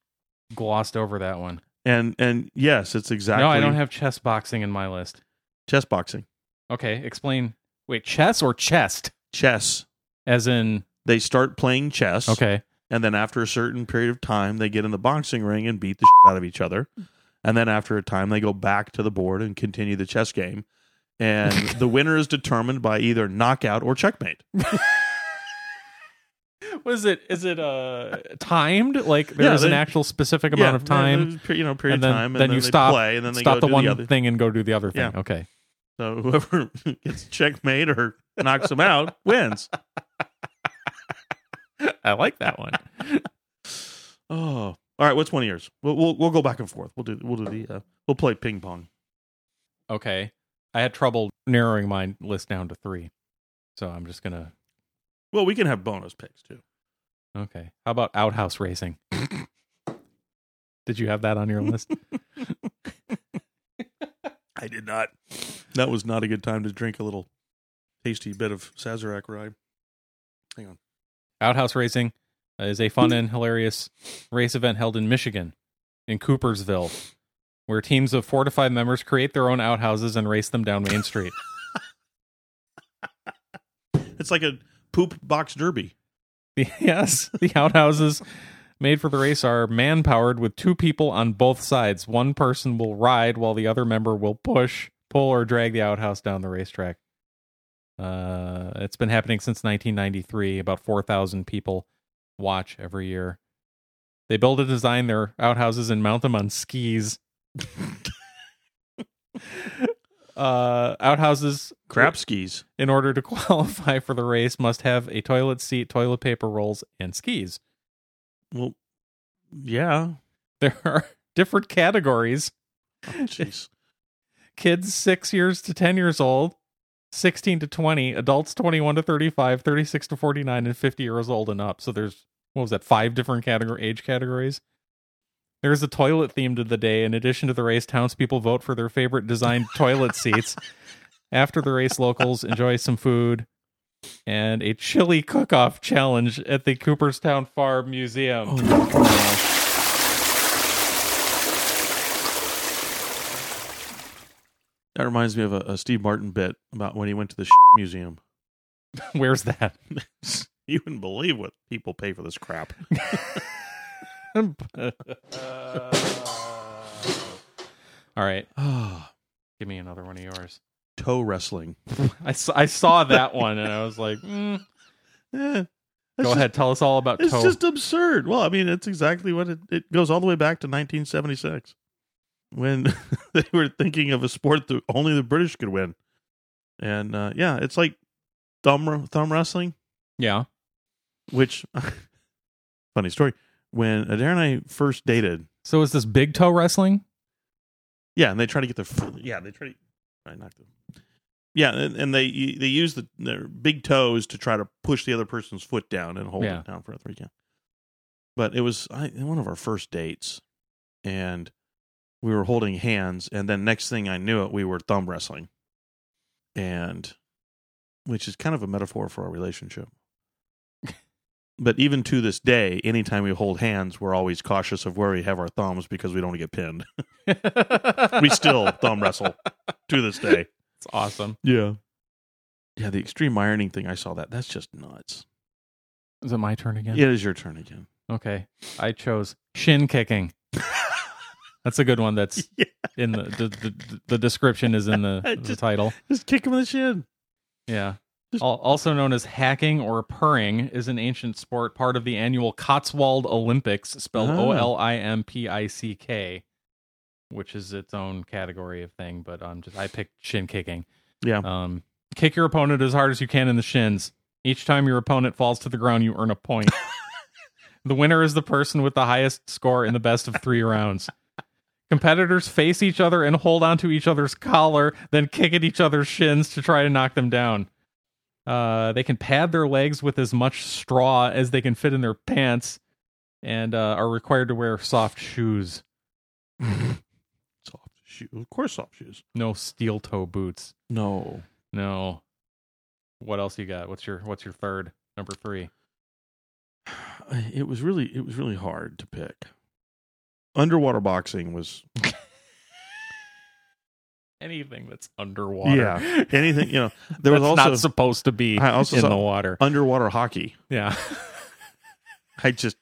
Speaker 2: glossed over that one.
Speaker 1: And and yes, it's exactly
Speaker 2: No, I don't have chess boxing in my list.
Speaker 1: chess boxing.
Speaker 2: Okay, explain. Wait, chess or chest?
Speaker 1: Chess.
Speaker 2: As in,
Speaker 1: They start playing chess.
Speaker 2: okay,
Speaker 1: and then after a certain period of time they get in the boxing ring and beat the shit out of each other and then after a time they go back to the board and continue the chess game and the winner is determined by either knockout or checkmate
Speaker 2: what is it? Is it uh timed? Like there is an
Speaker 1: they-
Speaker 2: actual specific amount of time.
Speaker 1: yeah, you know period
Speaker 2: and then-
Speaker 1: of time
Speaker 2: then
Speaker 1: and then
Speaker 2: you
Speaker 1: they
Speaker 2: stop-
Speaker 1: play and then they
Speaker 2: Stop
Speaker 1: go
Speaker 2: the
Speaker 1: do
Speaker 2: one
Speaker 1: the other
Speaker 2: thing and go do the other thing.
Speaker 1: Yeah.
Speaker 2: Okay.
Speaker 1: so whoever gets checkmate or knocks them out wins
Speaker 2: I like that one.
Speaker 1: oh all right what's one of yours we'll we'll, we'll go back and forth we'll do we'll do the uh, we'll play ping pong
Speaker 2: okay. I had trouble narrowing my list down to three. So I'm just gonna
Speaker 1: well we can have bonus picks too
Speaker 2: Okay. How about outhouse racing? Did you have that on your list?
Speaker 1: I did not. That was not a good time to drink a little tasty bit of Sazerac rye.
Speaker 2: Outhouse racing is a fun and hilarious race event held in Michigan, in Coopersville, where teams of four to five members create their own outhouses and race them down Main Street.
Speaker 1: It's like a poop box derby.
Speaker 2: The- yes, the outhouses made for the race are man powered with two people on both sides. One person will ride while the other member will push, pull, or drag the outhouse down the racetrack. Uh, it's been happening since 1993. About 4,000 people watch every year. They build and design their outhouses and mount them on skis. uh, outhouses
Speaker 1: Crap skis.
Speaker 2: in order to qualify for the race must have a toilet seat, toilet paper rolls, and skis.
Speaker 1: Well, yeah.
Speaker 2: There are different categories
Speaker 1: Oh, Jeez.
Speaker 2: kids 6 years to 10 years old, 16 to 20, adults 21 to 35, 36 to 49, and 50 years old and up. So there's, what was that, five different category, age categories? There is a toilet theme to the day. In addition to the race, townspeople vote for their favorite designed toilet seats. After the race, locals enjoy some food and a chili cook off challenge at the Cooperstown Farm
Speaker 1: Oh
Speaker 2: Museum.
Speaker 1: That reminds me of a, a Steve Martin bit about when he went to the museum.
Speaker 2: Where's that?
Speaker 1: You wouldn't believe what people pay for this crap.
Speaker 2: All right.
Speaker 1: Ah,
Speaker 2: Give me another one of yours.
Speaker 1: toe wrestling.
Speaker 2: I saw, I saw that one and I was like, mm,
Speaker 1: Eh,
Speaker 2: go
Speaker 1: it's just-
Speaker 2: ahead, tell us all about
Speaker 1: It's
Speaker 2: toe.
Speaker 1: just absurd. Well, I mean, it's exactly what it, it goes all the way back to 1976 when they were thinking of a sport that only the British could win. And uh, yeah, it's like thumb thumb wrestling,
Speaker 2: yeah.
Speaker 1: which funny story. When Adair and I first dated,
Speaker 2: So is this big toe wrestling?
Speaker 1: Yeah, and they try to get their f- yeah they try to I knocked them. Yeah, and, and they they use the, their big toes to try to push the other person's foot down and hold
Speaker 2: Yeah.
Speaker 1: it down for a three count. But it was I, one of our first dates, and we were holding hands, and then next thing I knew it, we were thumb wrestling, and which is kind of a metaphor for our relationship. But even to this day, anytime we hold hands, we're always cautious of where we have our thumbs because we don't want to get pinned we
Speaker 2: we
Speaker 1: still thumb wrestle to this day.
Speaker 2: It's awesome.
Speaker 1: Yeah. Yeah, the extreme ironing thing, I saw that. That's just nuts.
Speaker 2: Is it my turn again?
Speaker 1: It is your turn again.
Speaker 2: Okay. I chose shin kicking. That's a good one. That's
Speaker 1: Yeah.
Speaker 2: in the the, the the description is in the,
Speaker 1: I
Speaker 2: the
Speaker 1: just-
Speaker 2: title.
Speaker 1: Just kick him in the shin.
Speaker 2: Yeah.
Speaker 1: Just-
Speaker 2: Al- Also known as hacking or purring, is an ancient sport part of the annual Cotswold Olympics, spelled
Speaker 1: Oh.
Speaker 2: O L I M P I C K, which is its own category of thing. But I'm just I picked shin kicking.
Speaker 1: Yeah.
Speaker 2: Um, kick your opponent as hard as you can in the shins. Each time your opponent falls to the ground, you earn a point. the winner is the person with the highest score in the best of three rounds. Competitors face each other and hold on to each other's collar, then kick at each other's shins to try to knock them down. Uh, they can pad their legs with as much straw as they can fit in their pants and uh, are required to wear soft shoes,
Speaker 1: Soft shoes. Of course, soft shoes.
Speaker 2: no steel toe boots.
Speaker 1: No.
Speaker 2: No. What else you got? What's your what's your third number three?
Speaker 1: It was really it was really hard to pick. Underwater boxing was
Speaker 2: Anything that's underwater.
Speaker 1: Yeah. anything, you know. There was
Speaker 2: That's
Speaker 1: also
Speaker 2: not supposed to be
Speaker 1: I also
Speaker 2: in
Speaker 1: saw-
Speaker 2: the water.
Speaker 1: underwater hockey.
Speaker 2: Yeah,
Speaker 1: I just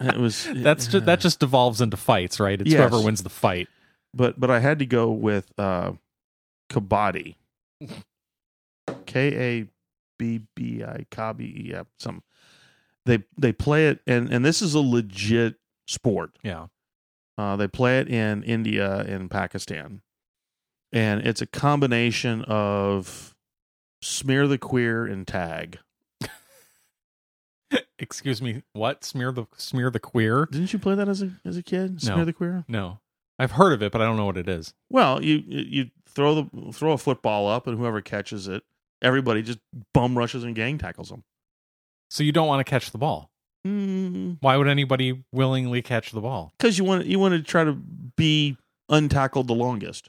Speaker 1: it was
Speaker 2: that's just, that just devolves into fights, right? It's
Speaker 1: Yes.
Speaker 2: whoever wins the fight.
Speaker 1: but but I had to go with uh Kabaddi. K A B B I Kabi yeah, some they they play it and and this is a legit sport.
Speaker 2: Yeah,
Speaker 1: Uh they play it in India and Pakistan. And it's a combination of smear the queer and tag.
Speaker 2: excuse me. What smear the smear the queer?
Speaker 1: Didn't you play that as a as a kid?
Speaker 2: No.
Speaker 1: Smear the queer?
Speaker 2: No, I've heard of it, but I don't know what it is.
Speaker 1: Well, you you throw the throw a football up and whoever catches it, everybody just bum rushes and gang tackles them.
Speaker 2: So you don't want to catch the ball.
Speaker 1: because
Speaker 2: Why would anybody willingly catch the ball?
Speaker 1: you want you want to try to be untackled the longest.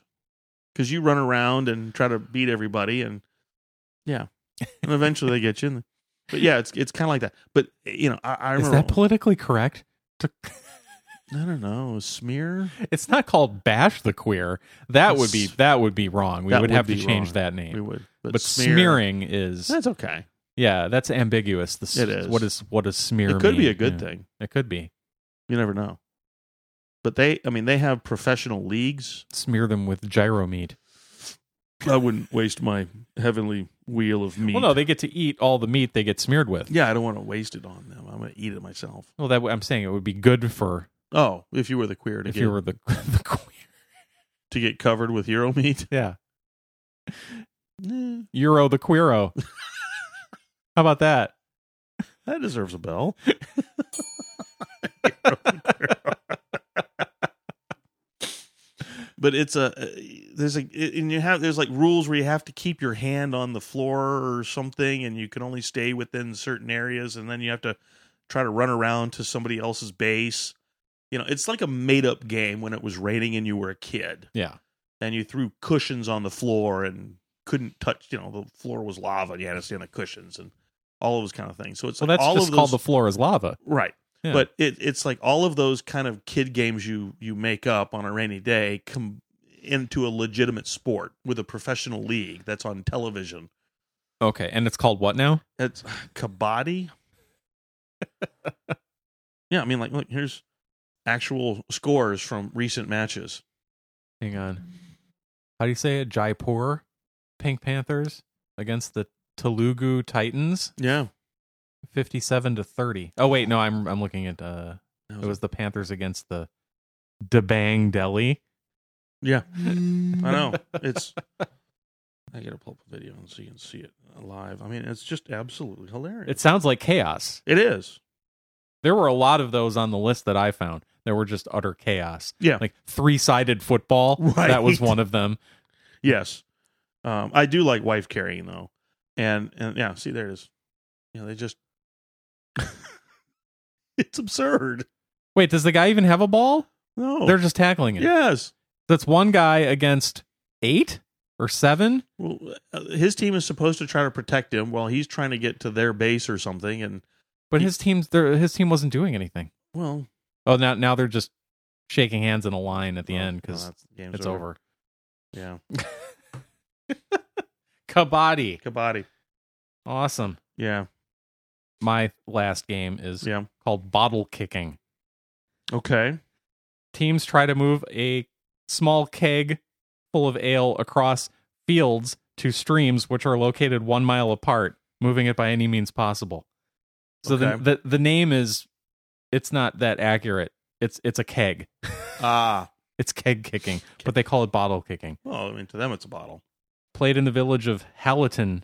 Speaker 1: because you run around and try to beat everybody, and yeah, and eventually they get you. In the, but yeah, it's it's kind of like that. But you know, I, I
Speaker 2: Is
Speaker 1: remember
Speaker 2: that politically correct? To-
Speaker 1: I don't know smear.
Speaker 2: It's not called bash the queer. That would be
Speaker 1: That's-
Speaker 2: that would be wrong. We
Speaker 1: that
Speaker 2: would,
Speaker 1: would
Speaker 2: have to
Speaker 1: be
Speaker 2: change
Speaker 1: wrong.
Speaker 2: that
Speaker 1: We
Speaker 2: name.
Speaker 1: would,
Speaker 2: But,
Speaker 1: but, smear,
Speaker 2: smearing is
Speaker 1: that's okay.
Speaker 2: yeah, that's ambiguous. The, s-
Speaker 1: It is.
Speaker 2: What is what does smear?
Speaker 1: It could be
Speaker 2: mean?
Speaker 1: a good
Speaker 2: Yeah,
Speaker 1: thing.
Speaker 2: It could be
Speaker 1: You never know. But they, I mean, they have professional leagues.
Speaker 2: smear them with gyro meat.
Speaker 1: I wouldn't waste my heavenly wheel of meat.
Speaker 2: Well, no, they get to eat all the meat they get smeared with.
Speaker 1: yeah, I don't want to waste it on them. I'm going to eat it myself.
Speaker 2: Well, that I'm saying it would be good for
Speaker 1: Oh, if you were the queer to
Speaker 2: if
Speaker 1: get
Speaker 2: you were the the queer.
Speaker 1: to get covered with Euro meat.
Speaker 2: Yeah,
Speaker 1: Eh,
Speaker 2: Euro the queero. How about that?
Speaker 1: That deserves a bell. but it's a uh, there's a and you have there's like rules where you have to keep your hand on the floor or something, and you can only stay within certain areas, and then you have to try to run around to somebody else's base. You know, it's like a made up game when it was raining and you were a kid
Speaker 2: Yeah,
Speaker 1: and you threw cushions on the floor and couldn't touch. You know, the floor was lava, and you had to stay on the cushions and all of those kind of things. So it's
Speaker 2: well,
Speaker 1: like
Speaker 2: that's
Speaker 1: all
Speaker 2: just
Speaker 1: of those,
Speaker 2: called the floor is lava.
Speaker 1: right.
Speaker 2: Yeah.
Speaker 1: But it, it's like all of those kind of kid games you you make up on a rainy day come into a legitimate sport with a professional league that's on television.
Speaker 2: Okay, and it's called what now?
Speaker 1: It's kabaddi. yeah, I mean, like, look, here's actual scores from recent matches.
Speaker 2: Hang on. How do you say it? Jaipur Pink Panthers against the Telugu Titans,
Speaker 1: Yeah,
Speaker 2: fifty-seven to thirty. Oh wait, no, I'm I'm looking at uh,
Speaker 1: That
Speaker 2: it was the Panthers against the Debang Delhi.
Speaker 1: Yeah. I know. It's I gotta pull up a video and so you can see it live. I mean, it's just absolutely hilarious.
Speaker 2: It sounds like chaos.
Speaker 1: it is.
Speaker 2: There were a lot of those on the list that I found that were just utter chaos.
Speaker 1: Yeah.
Speaker 2: Like three-sided football.
Speaker 1: Right.
Speaker 2: That was one of them.
Speaker 1: Yes. Um I do like wife carrying though. And and yeah, see there it is. You know, they just It's absurd.
Speaker 2: Wait, does the guy even have a ball?
Speaker 1: No.
Speaker 2: They're just tackling it.
Speaker 1: yes.
Speaker 2: That's one guy against eight or seven.
Speaker 1: Well, uh, his team is supposed to try to protect him while he's trying to get to their base or something and
Speaker 2: But
Speaker 1: He-
Speaker 2: his team's their his team wasn't doing anything.
Speaker 1: well,
Speaker 2: Oh, now now they're just shaking hands in a line at the
Speaker 1: well,
Speaker 2: end
Speaker 1: no,
Speaker 2: because
Speaker 1: that's- Oh, game's
Speaker 2: it's over.
Speaker 1: Yeah.
Speaker 2: Kabaddi,
Speaker 1: Kabaddi.
Speaker 2: awesome.
Speaker 1: Yeah.
Speaker 2: My last game is
Speaker 1: Yeah.
Speaker 2: called bottle kicking.
Speaker 1: Okay.
Speaker 2: Teams try to move a small keg full of ale across fields to streams which are located one mile apart, moving it by any means possible. So
Speaker 1: Okay.
Speaker 2: the, the the name is it's not that accurate. It's it's a keg.
Speaker 1: Ah.
Speaker 2: It's keg kicking, but they call it bottle kicking.
Speaker 1: Well, I mean, to them, it's a bottle.
Speaker 2: played in the village of Halleton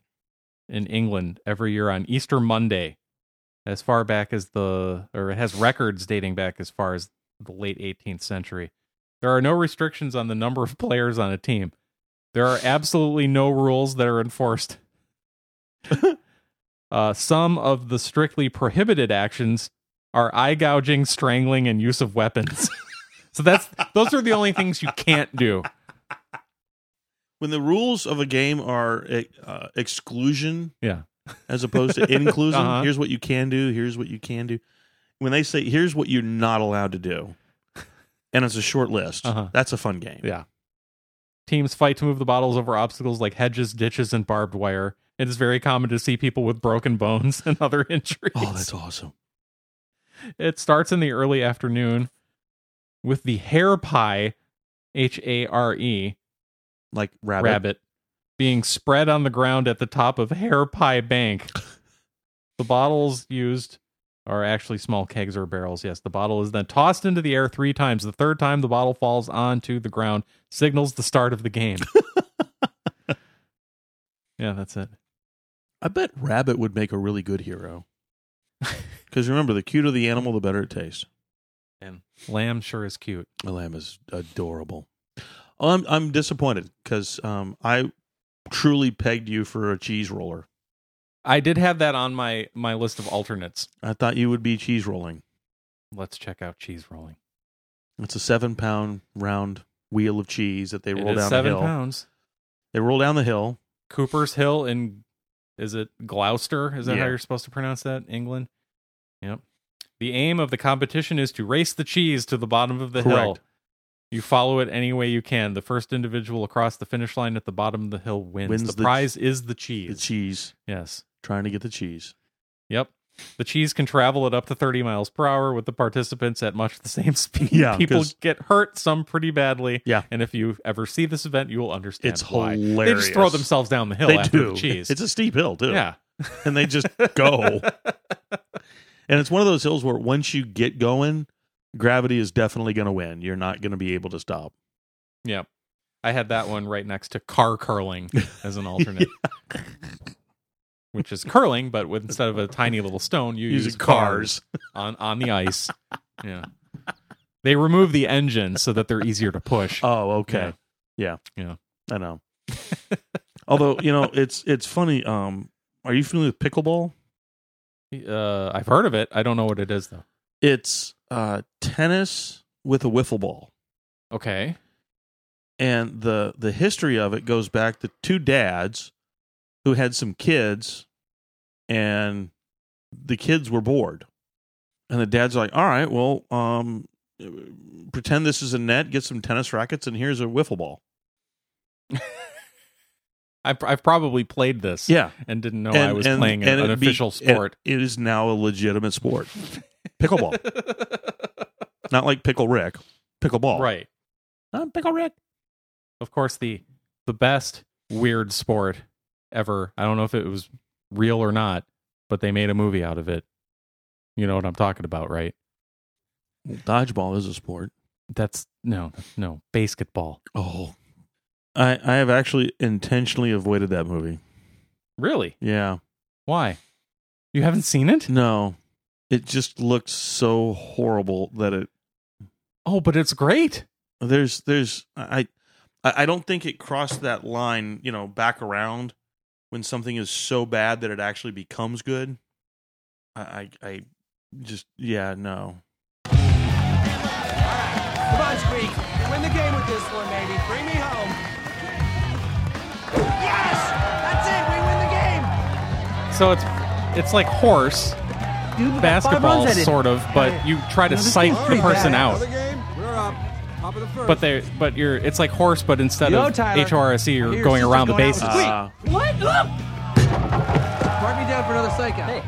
Speaker 2: in England every year on Easter Monday, as far back as the, or it has records dating back as far as the late 18th century. There are no restrictions on the number of players on a team. There are absolutely no rules that are enforced. uh, some of the strictly prohibited actions are eye gouging, strangling, and use of weapons. so that's those are the only things you can't do.
Speaker 1: When the rules of a game are uh, exclusion
Speaker 2: Yeah.
Speaker 1: as opposed to inclusion,
Speaker 2: Uh-huh.
Speaker 1: here's what you can do, here's what you can do. When they say, here's what you're not allowed to do, and it's a short list,
Speaker 2: Uh-huh.
Speaker 1: that's a fun game.
Speaker 2: Yeah. Teams fight to move the bottles over obstacles like hedges, ditches, and barbed wire. It is very common to see people with broken bones and other injuries.
Speaker 1: Oh, that's awesome.
Speaker 2: It starts in the early afternoon with the hare pie, H A R E,
Speaker 1: Like rabbit.
Speaker 2: rabbit, being spread on the ground at the top of Hare Pie Bank. the bottles used are actually small kegs or barrels. Yes, the bottle is then tossed into the air three times. The third time, the bottle falls onto the ground, signals the start of the game. yeah, that's it.
Speaker 1: I bet rabbit would make a really good hero. Because remember, the cuter the animal, the better it tastes.
Speaker 2: And lamb sure is cute.
Speaker 1: The lamb is adorable. Oh, I'm I'm disappointed because um, I truly pegged you for a cheese roller.
Speaker 2: I did have that on my my list of alternates.
Speaker 1: I thought you would be cheese rolling.
Speaker 2: Let's check out cheese rolling.
Speaker 1: It's a seven pound round wheel of cheese that they
Speaker 2: It
Speaker 1: roll
Speaker 2: is
Speaker 1: down the
Speaker 2: seven
Speaker 1: hill.
Speaker 2: pounds.
Speaker 1: They roll down the hill.
Speaker 2: Cooper's Hill in is it Gloucester? Is that how
Speaker 1: Yeah.
Speaker 2: you're supposed to pronounce that? England. Yep. The aim of the competition is to race the cheese to the bottom of the hill.
Speaker 1: Correct.
Speaker 2: You follow it any way you can. The first individual across the finish line at the bottom of the hill wins.
Speaker 1: Wins
Speaker 2: the,
Speaker 1: the
Speaker 2: prize is the cheese.
Speaker 1: The cheese,
Speaker 2: Yes.
Speaker 1: trying to get the cheese.
Speaker 2: Yep. The cheese can travel at up to 30 miles per hour with the participants at much the same speed.
Speaker 1: Yeah,
Speaker 2: People
Speaker 1: 'cause-
Speaker 2: get hurt, some pretty badly.
Speaker 1: Yeah.
Speaker 2: And if you ever see this event, you will understand
Speaker 1: It's
Speaker 2: why.
Speaker 1: hilarious.
Speaker 2: They just throw themselves down the hill
Speaker 1: They
Speaker 2: after
Speaker 1: do.
Speaker 2: the cheese.
Speaker 1: It's a steep hill too.
Speaker 2: yeah.
Speaker 1: and they just go. and it's one of those hills where once you get going, gravity is definitely going to win. You're not going to be able to stop.
Speaker 2: Yep. I had that one right next to car curling as an alternate. Which is curling, but with, instead of a tiny little stone, you use
Speaker 1: Using cars.
Speaker 2: on, on the ice. yeah. They remove the engine so that they're easier to push.
Speaker 1: Oh, okay. Yeah.
Speaker 2: Yeah.
Speaker 1: I know. Although, you know, it's it's funny um are you familiar with pickleball?
Speaker 2: Uh, I've heard of it. I don't know what it is though.
Speaker 1: It's uh tennis with a wiffle ball.
Speaker 2: Okay.
Speaker 1: and the the history of it goes back to two dads who had some kids and the kids were bored and the dad's like all right well um pretend this is a net get some tennis rackets and here's a wiffle ball
Speaker 2: I've, I've probably played this
Speaker 1: yeah
Speaker 2: and didn't know
Speaker 1: and,
Speaker 2: Oh, I was
Speaker 1: and-
Speaker 2: playing an,
Speaker 1: and
Speaker 2: an
Speaker 1: it be-
Speaker 2: official sport.
Speaker 1: it- it is now a legitimate sport pickleball not like pickle rick pickleball
Speaker 2: right.
Speaker 1: i pickle rick
Speaker 2: Of course, the the best weird sport ever. I don't know if it was real or not, but they made a movie out of it. You know what I'm talking about, right?
Speaker 1: dodgeball is a sport
Speaker 2: That's no, no basketball.
Speaker 1: oh i i have actually intentionally avoided that movie
Speaker 2: Really?
Speaker 1: yeah
Speaker 2: Why? You haven't seen it?
Speaker 1: No, it just looked so horrible that it
Speaker 2: Oh, but it's great.
Speaker 1: there's there's I I I don't think it crossed that line you know back around when something is so bad that it actually becomes good. I I, I just yeah no
Speaker 5: Come on, Squeak. Win the game with this one, baby. Bring me home. Yes! That's it. We win the game.
Speaker 2: So it's it's like horse
Speaker 5: Dude,
Speaker 2: basketball, sort of, but you try to psych the
Speaker 5: pretty
Speaker 2: person
Speaker 5: bad.
Speaker 2: out.
Speaker 4: game, we're up. Top of the first.
Speaker 2: But they, but you're, it's like horse, but instead
Speaker 5: Yo,
Speaker 2: of
Speaker 5: Tyler.
Speaker 2: HRSE, E, you're
Speaker 5: Your
Speaker 2: going
Speaker 5: sister's
Speaker 2: around the
Speaker 5: going out
Speaker 2: bases.
Speaker 5: with
Speaker 1: Uh,
Speaker 6: What?
Speaker 5: Mark me down for another psych out.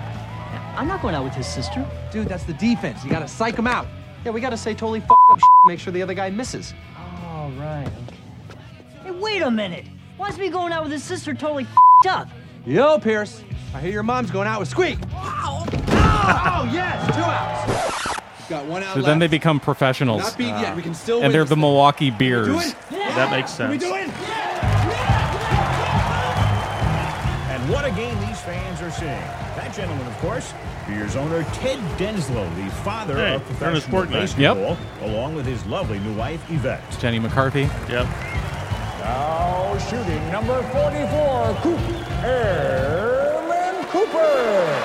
Speaker 6: I'm not going out with his sister.
Speaker 5: Dude, that's the defense. You gotta psych him out.
Speaker 6: Yeah, we gotta say totally f- up shit to make sure the other guy misses. All right.
Speaker 7: Hey, wait a minute. Why's me going out with his sister totally fed up?
Speaker 5: Yo, Pierce. I hear your mom's going out with Squeak. Oh, yes. Two outs. We've got one out
Speaker 2: So
Speaker 5: left.
Speaker 2: then they become professionals,
Speaker 5: Not beat yet. We can still win.
Speaker 2: and they're
Speaker 5: this
Speaker 2: the
Speaker 5: thing.
Speaker 2: Milwaukee Beers.
Speaker 5: Do it.
Speaker 1: that makes sense.
Speaker 5: Do it.
Speaker 8: And what a game these fans are seeing. That gentleman, of course, Beer's owner Ted Denslow, the father
Speaker 1: Hey,
Speaker 8: of
Speaker 1: they're in a
Speaker 8: professional
Speaker 1: sport night.
Speaker 8: baseball, along with his lovely new wife, Yvette.
Speaker 2: Jenny McCarthy.
Speaker 1: Yep.
Speaker 8: Now shooting number 44, Cooper. Airman Cooper.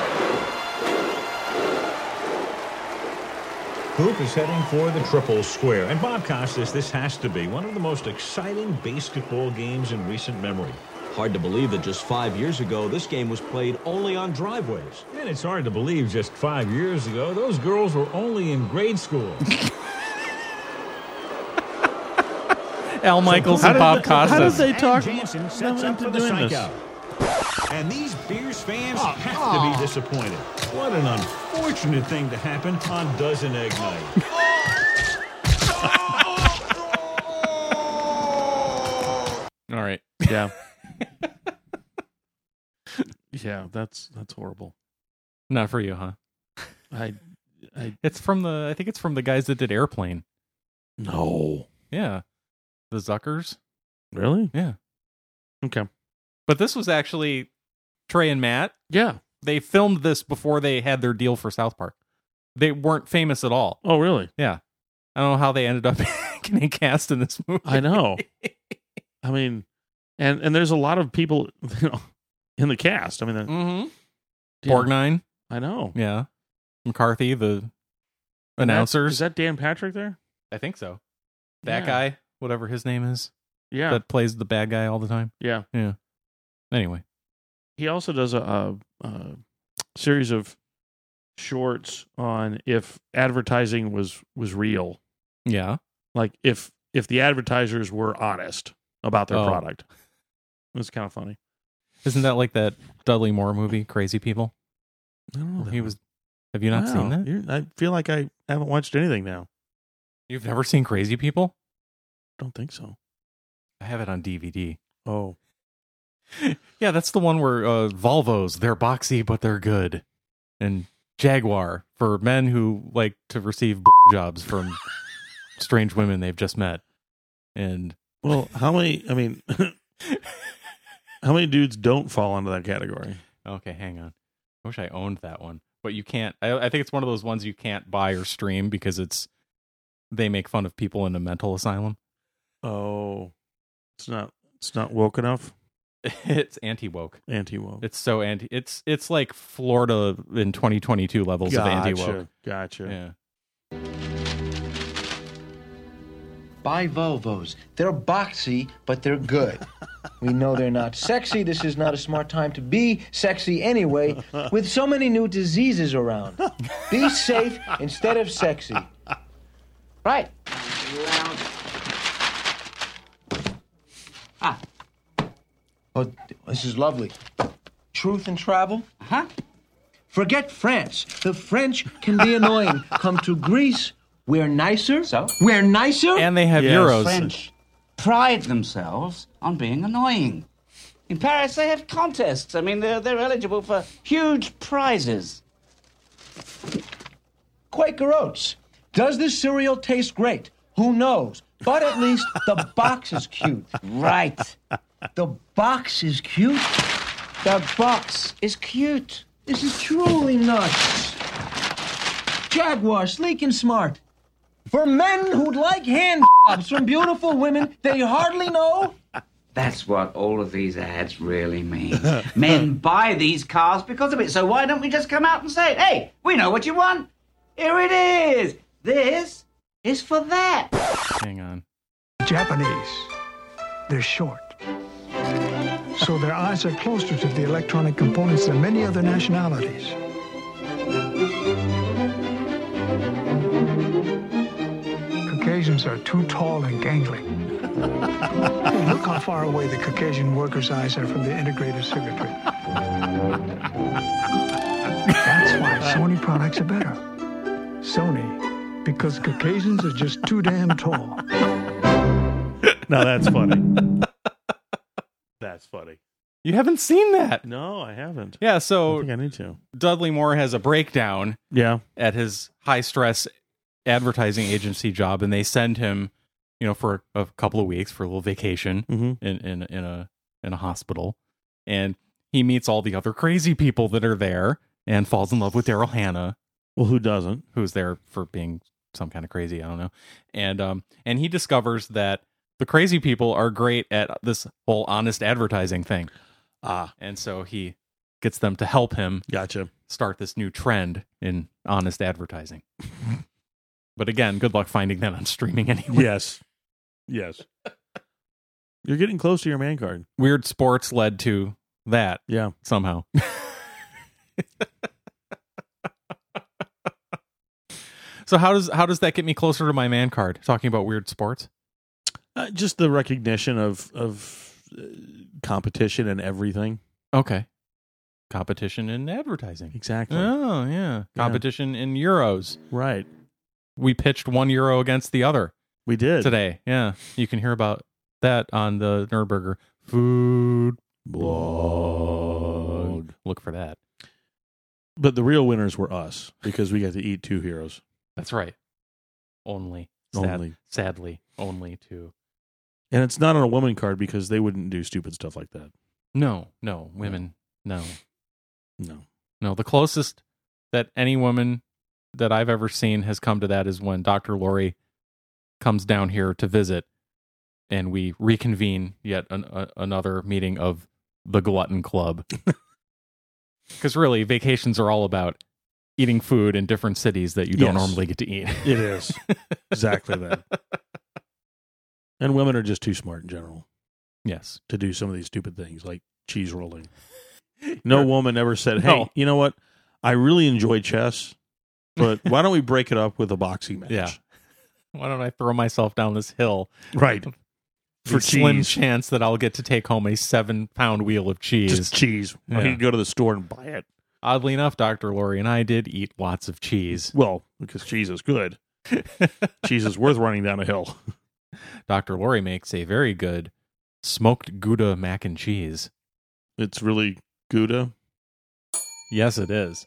Speaker 8: Coop is heading for the triple square. And Bob Costas, this has to be one of the most exciting basketball games in recent memory.
Speaker 9: Hard to believe that just five years ago, this game was played only on driveways.
Speaker 8: And it's hard to believe just five years ago, those girls were only in grade school.
Speaker 2: Al Michaels and Bob Costas.
Speaker 1: How did they talk?
Speaker 8: And Jansen sets
Speaker 1: them
Speaker 8: up for
Speaker 1: into
Speaker 8: the
Speaker 1: doing
Speaker 8: strikeout.
Speaker 1: this? Oh,
Speaker 8: And these Bears fans have to be disappointed. What an unfortunate thing to happen on Dozen Egg Night.
Speaker 2: All right.
Speaker 1: Yeah. yeah, that's that's horrible.
Speaker 2: Not for you, huh?
Speaker 1: I I
Speaker 2: It's from the, I think it's from the guys that did Airplane.
Speaker 1: no
Speaker 2: Yeah. The Zuckers.
Speaker 1: really
Speaker 2: Yeah.
Speaker 1: okay
Speaker 2: But this was actually Trey and Matt.
Speaker 1: yeah
Speaker 2: They filmed this before they had their deal for South Park. They weren't famous at all.
Speaker 1: oh really
Speaker 2: Yeah. I don't know how they ended up getting cast in this movie.
Speaker 1: I know. I mean, and and there's a lot of people you know in the cast. I mean, uh,
Speaker 2: Mm-hmm.
Speaker 1: yeah,
Speaker 2: Borgnine.
Speaker 1: I know.
Speaker 2: Yeah. McCarthy, the
Speaker 1: Is that-
Speaker 2: announcers.
Speaker 1: Is that Dan Patrick there?
Speaker 2: I think so. That
Speaker 1: Yeah.
Speaker 2: guy. whatever his name is,
Speaker 1: Yeah,
Speaker 2: that plays the bad guy all the time.
Speaker 1: yeah.
Speaker 2: Anyway,
Speaker 1: He also does a, a, a series of shorts on if advertising was was real,
Speaker 2: yeah,
Speaker 1: like if if the advertisers were honest about their
Speaker 2: Oh.
Speaker 1: product. It was kind of funny.
Speaker 2: isn't that like that Dudley Moore movie, Crazy People?
Speaker 1: I don't know.
Speaker 2: He was. Have you not seen that?
Speaker 1: I feel like I haven't watched anything now.
Speaker 2: You've never seen Crazy People?
Speaker 1: Don't think so.
Speaker 2: I have it on DVD.
Speaker 1: Oh,
Speaker 2: Yeah, that's the one where uh, Volvos, they're boxy, but they're good. And Jaguar for men who like to receive jobs from strange women they've just met. And
Speaker 1: well, how many? I mean, how many dudes don't fall into that category?
Speaker 2: okay, hang on. I wish I owned that one, but you can't. I, I think it's one of those ones you can't buy or stream because it's they make fun of people in a mental asylum.
Speaker 1: Oh, it's not. It's not woke enough.
Speaker 2: it's anti woke.
Speaker 1: Anti woke.
Speaker 2: It's so anti. It's it's like Florida in 2022 levels of anti woke.
Speaker 1: Gotcha.
Speaker 2: Yeah.
Speaker 10: Buy Volvos. They're boxy, but they're good. We know they're not sexy. This is not a smart time to be sexy anyway, with so many new diseases around. Be safe instead of sexy. Right. Ah. Oh, this is lovely. Truth and travel? Huh? Forget France. The French can be annoying. Come to Greece. We're nicer. So? We're nicer.
Speaker 2: And they have
Speaker 1: Yes.
Speaker 2: euros.
Speaker 11: French pride themselves on being annoying. In Paris, they have contests. I mean, they're, they're eligible for huge prizes.
Speaker 10: Quaker Oats. Does this cereal taste great? Who knows? But at least the box is cute.
Speaker 11: Right.
Speaker 10: The box is cute. The box.
Speaker 11: it's cute.
Speaker 10: This is truly nuts. Jaguar, sleek and smart. For men who'd like hand jobs from beautiful women they hardly know.
Speaker 11: That's what all of these ads really mean. Men buy these cars because of it, so why don't we just come out and say, hey, we know what you want. Here it is. This is for that.
Speaker 2: Hang on.
Speaker 12: Japanese. They're short. So their eyes are closer to the electronic components than many other nationalities. Caucasians are too tall and gangly. Hey, look how far away the Caucasian workers' eyes are from the integrated circuitry. That's why Sony products are better. Sony, because Caucasians are just too damn tall.
Speaker 1: No, that's funny. that's funny.
Speaker 2: You haven't seen that.
Speaker 1: No, I haven't.
Speaker 2: Yeah,
Speaker 1: I
Speaker 2: so
Speaker 1: think I need to.
Speaker 2: Dudley Moore has a breakdown
Speaker 1: Yeah.
Speaker 2: at his high stress advertising agency job, and they send him, you know, for a couple of weeks for a little vacation
Speaker 1: Mm-hmm.
Speaker 2: in, in in a in a hospital, and he meets all the other crazy people that are there and falls in love with Daryl Hannah,
Speaker 1: Well, who doesn't?
Speaker 2: who's there for being some kind of crazy, I don't know, and um and he discovers that the crazy people are great at this whole honest advertising thing,
Speaker 1: Ah,
Speaker 2: and so he gets them to help him
Speaker 1: gotcha.
Speaker 2: start this new trend in honest advertising. but again, good luck finding that on streaming anyway.
Speaker 1: Yes. Yes. You're getting close to your man card.
Speaker 2: Weird sports led to that
Speaker 1: Yeah.
Speaker 2: somehow. so how does how does that get me closer to my man card? Talking about weird sports?
Speaker 1: Uh, just the recognition of of uh, competition and everything.
Speaker 2: Okay. Competition in advertising.
Speaker 1: Exactly.
Speaker 2: Oh, yeah. Competition in euros.
Speaker 1: Right.
Speaker 2: We pitched 1 euro against the other.
Speaker 1: We did.
Speaker 2: today. Yeah, you can hear about that on the Nurburger food blog. Look for that.
Speaker 1: But the real winners were us because we got to eat two heroes.
Speaker 2: That's right. Only,
Speaker 1: Only.
Speaker 2: sadly, only two.
Speaker 1: And it's not on a woman card because they wouldn't do stupid stuff like that.
Speaker 2: No, no, women, no,
Speaker 1: No.
Speaker 2: no. The closest that any woman that I've ever seen has come to that is when Doctor Lori comes down here to visit, and we reconvene yet an, a, another meeting of the Glutton Club. Because really, vacations are all about eating food in different cities that you don't
Speaker 1: Yes.
Speaker 2: normally get to eat.
Speaker 1: It is. exactly that. And women are just too smart in general.
Speaker 2: Yes.
Speaker 1: To do some of these stupid things like cheese rolling. No woman ever said, hey,
Speaker 2: No.
Speaker 1: you know what? I really enjoy chess, but why don't we break it up with a boxing match?
Speaker 2: Yeah. Why don't I throw myself down this hill?
Speaker 1: Right.
Speaker 2: The
Speaker 1: For
Speaker 2: slim
Speaker 1: cheese.
Speaker 2: chance that I'll get to take home a seven pound wheel of cheese.
Speaker 1: Just cheese. I
Speaker 2: Yeah.
Speaker 1: could go to the store and buy it.
Speaker 2: Oddly enough, Dr. Lori and I did eat lots of cheese.
Speaker 1: Well, because cheese is good. cheese is worth running down a hill.
Speaker 2: Dr. Lori makes a very good smoked Gouda mac and cheese.
Speaker 1: It's really Gouda?
Speaker 2: Yes, it is.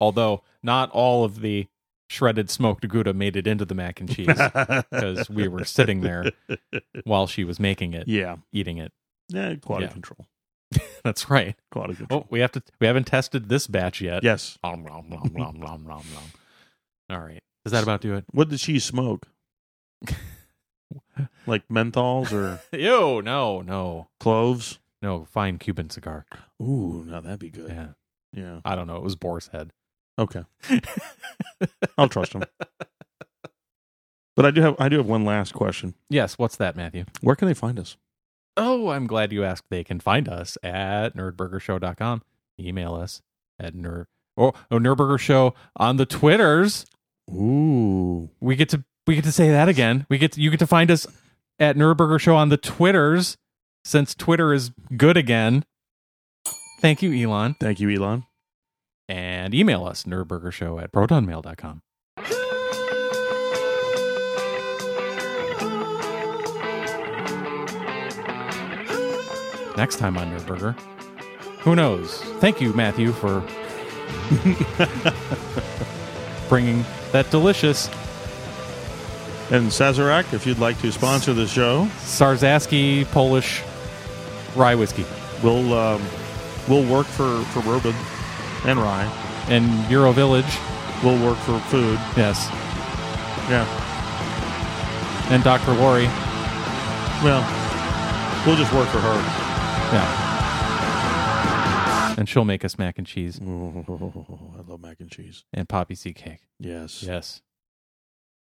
Speaker 2: Although not all of the shredded smoked Gouda made it into the mac and cheese because we were sitting there while she was making it.
Speaker 1: Yeah.
Speaker 2: Eating it.
Speaker 1: Yeah, quality
Speaker 2: Yeah.
Speaker 1: control.
Speaker 2: That's right.
Speaker 1: Quality control.
Speaker 2: Oh, we have to. We haven't tested this batch yet.
Speaker 1: Yes.
Speaker 2: Om, nom, nom, nom, nom, nom, nom. All right. Does that about do it?
Speaker 1: What did she smoke? like menthols or
Speaker 2: Ew. No. No.
Speaker 1: cloves?
Speaker 2: No. Fine Cuban cigar.
Speaker 1: Ooh, now that'd be good.
Speaker 2: Yeah.
Speaker 1: Yeah.
Speaker 2: I don't know. It was boar's head.
Speaker 1: Okay. I'll trust him. But I do have I do have one last question.
Speaker 2: Yes. What's that, Matthew?
Speaker 1: Where can they find us?
Speaker 2: Oh, I'm glad you asked. They can find us at nerdburgershow.com. Email us at nerd oh, oh Nerdburger Show on the Twitters.
Speaker 1: Ooh.
Speaker 2: We get to we get to say that again. We get to, you get to find us at Nerdburger Show on the Twitters since Twitter is good again. Thank you, Elon.
Speaker 1: Thank you, Elon.
Speaker 2: And email us nerdburgershow at protonmail.com. Next time on Nerdburger, who knows? Thank you, Matthew, for bringing that delicious
Speaker 1: And Sazerac, if you'd like to sponsor the show,
Speaker 2: Sarzaski Polish rye whiskey
Speaker 1: we'll um, we'll work for for bourbon and rye.
Speaker 2: and Euro Village.
Speaker 1: We'll work for food.
Speaker 2: Yes.
Speaker 1: Yeah.
Speaker 2: And Dr. Lori.
Speaker 1: Well, we'll just work for her.
Speaker 2: Yeah. And she'll make us mac and cheese
Speaker 1: Oh, I love mac and cheese.
Speaker 2: and poppy seed cake.
Speaker 1: Yes.
Speaker 2: Yes.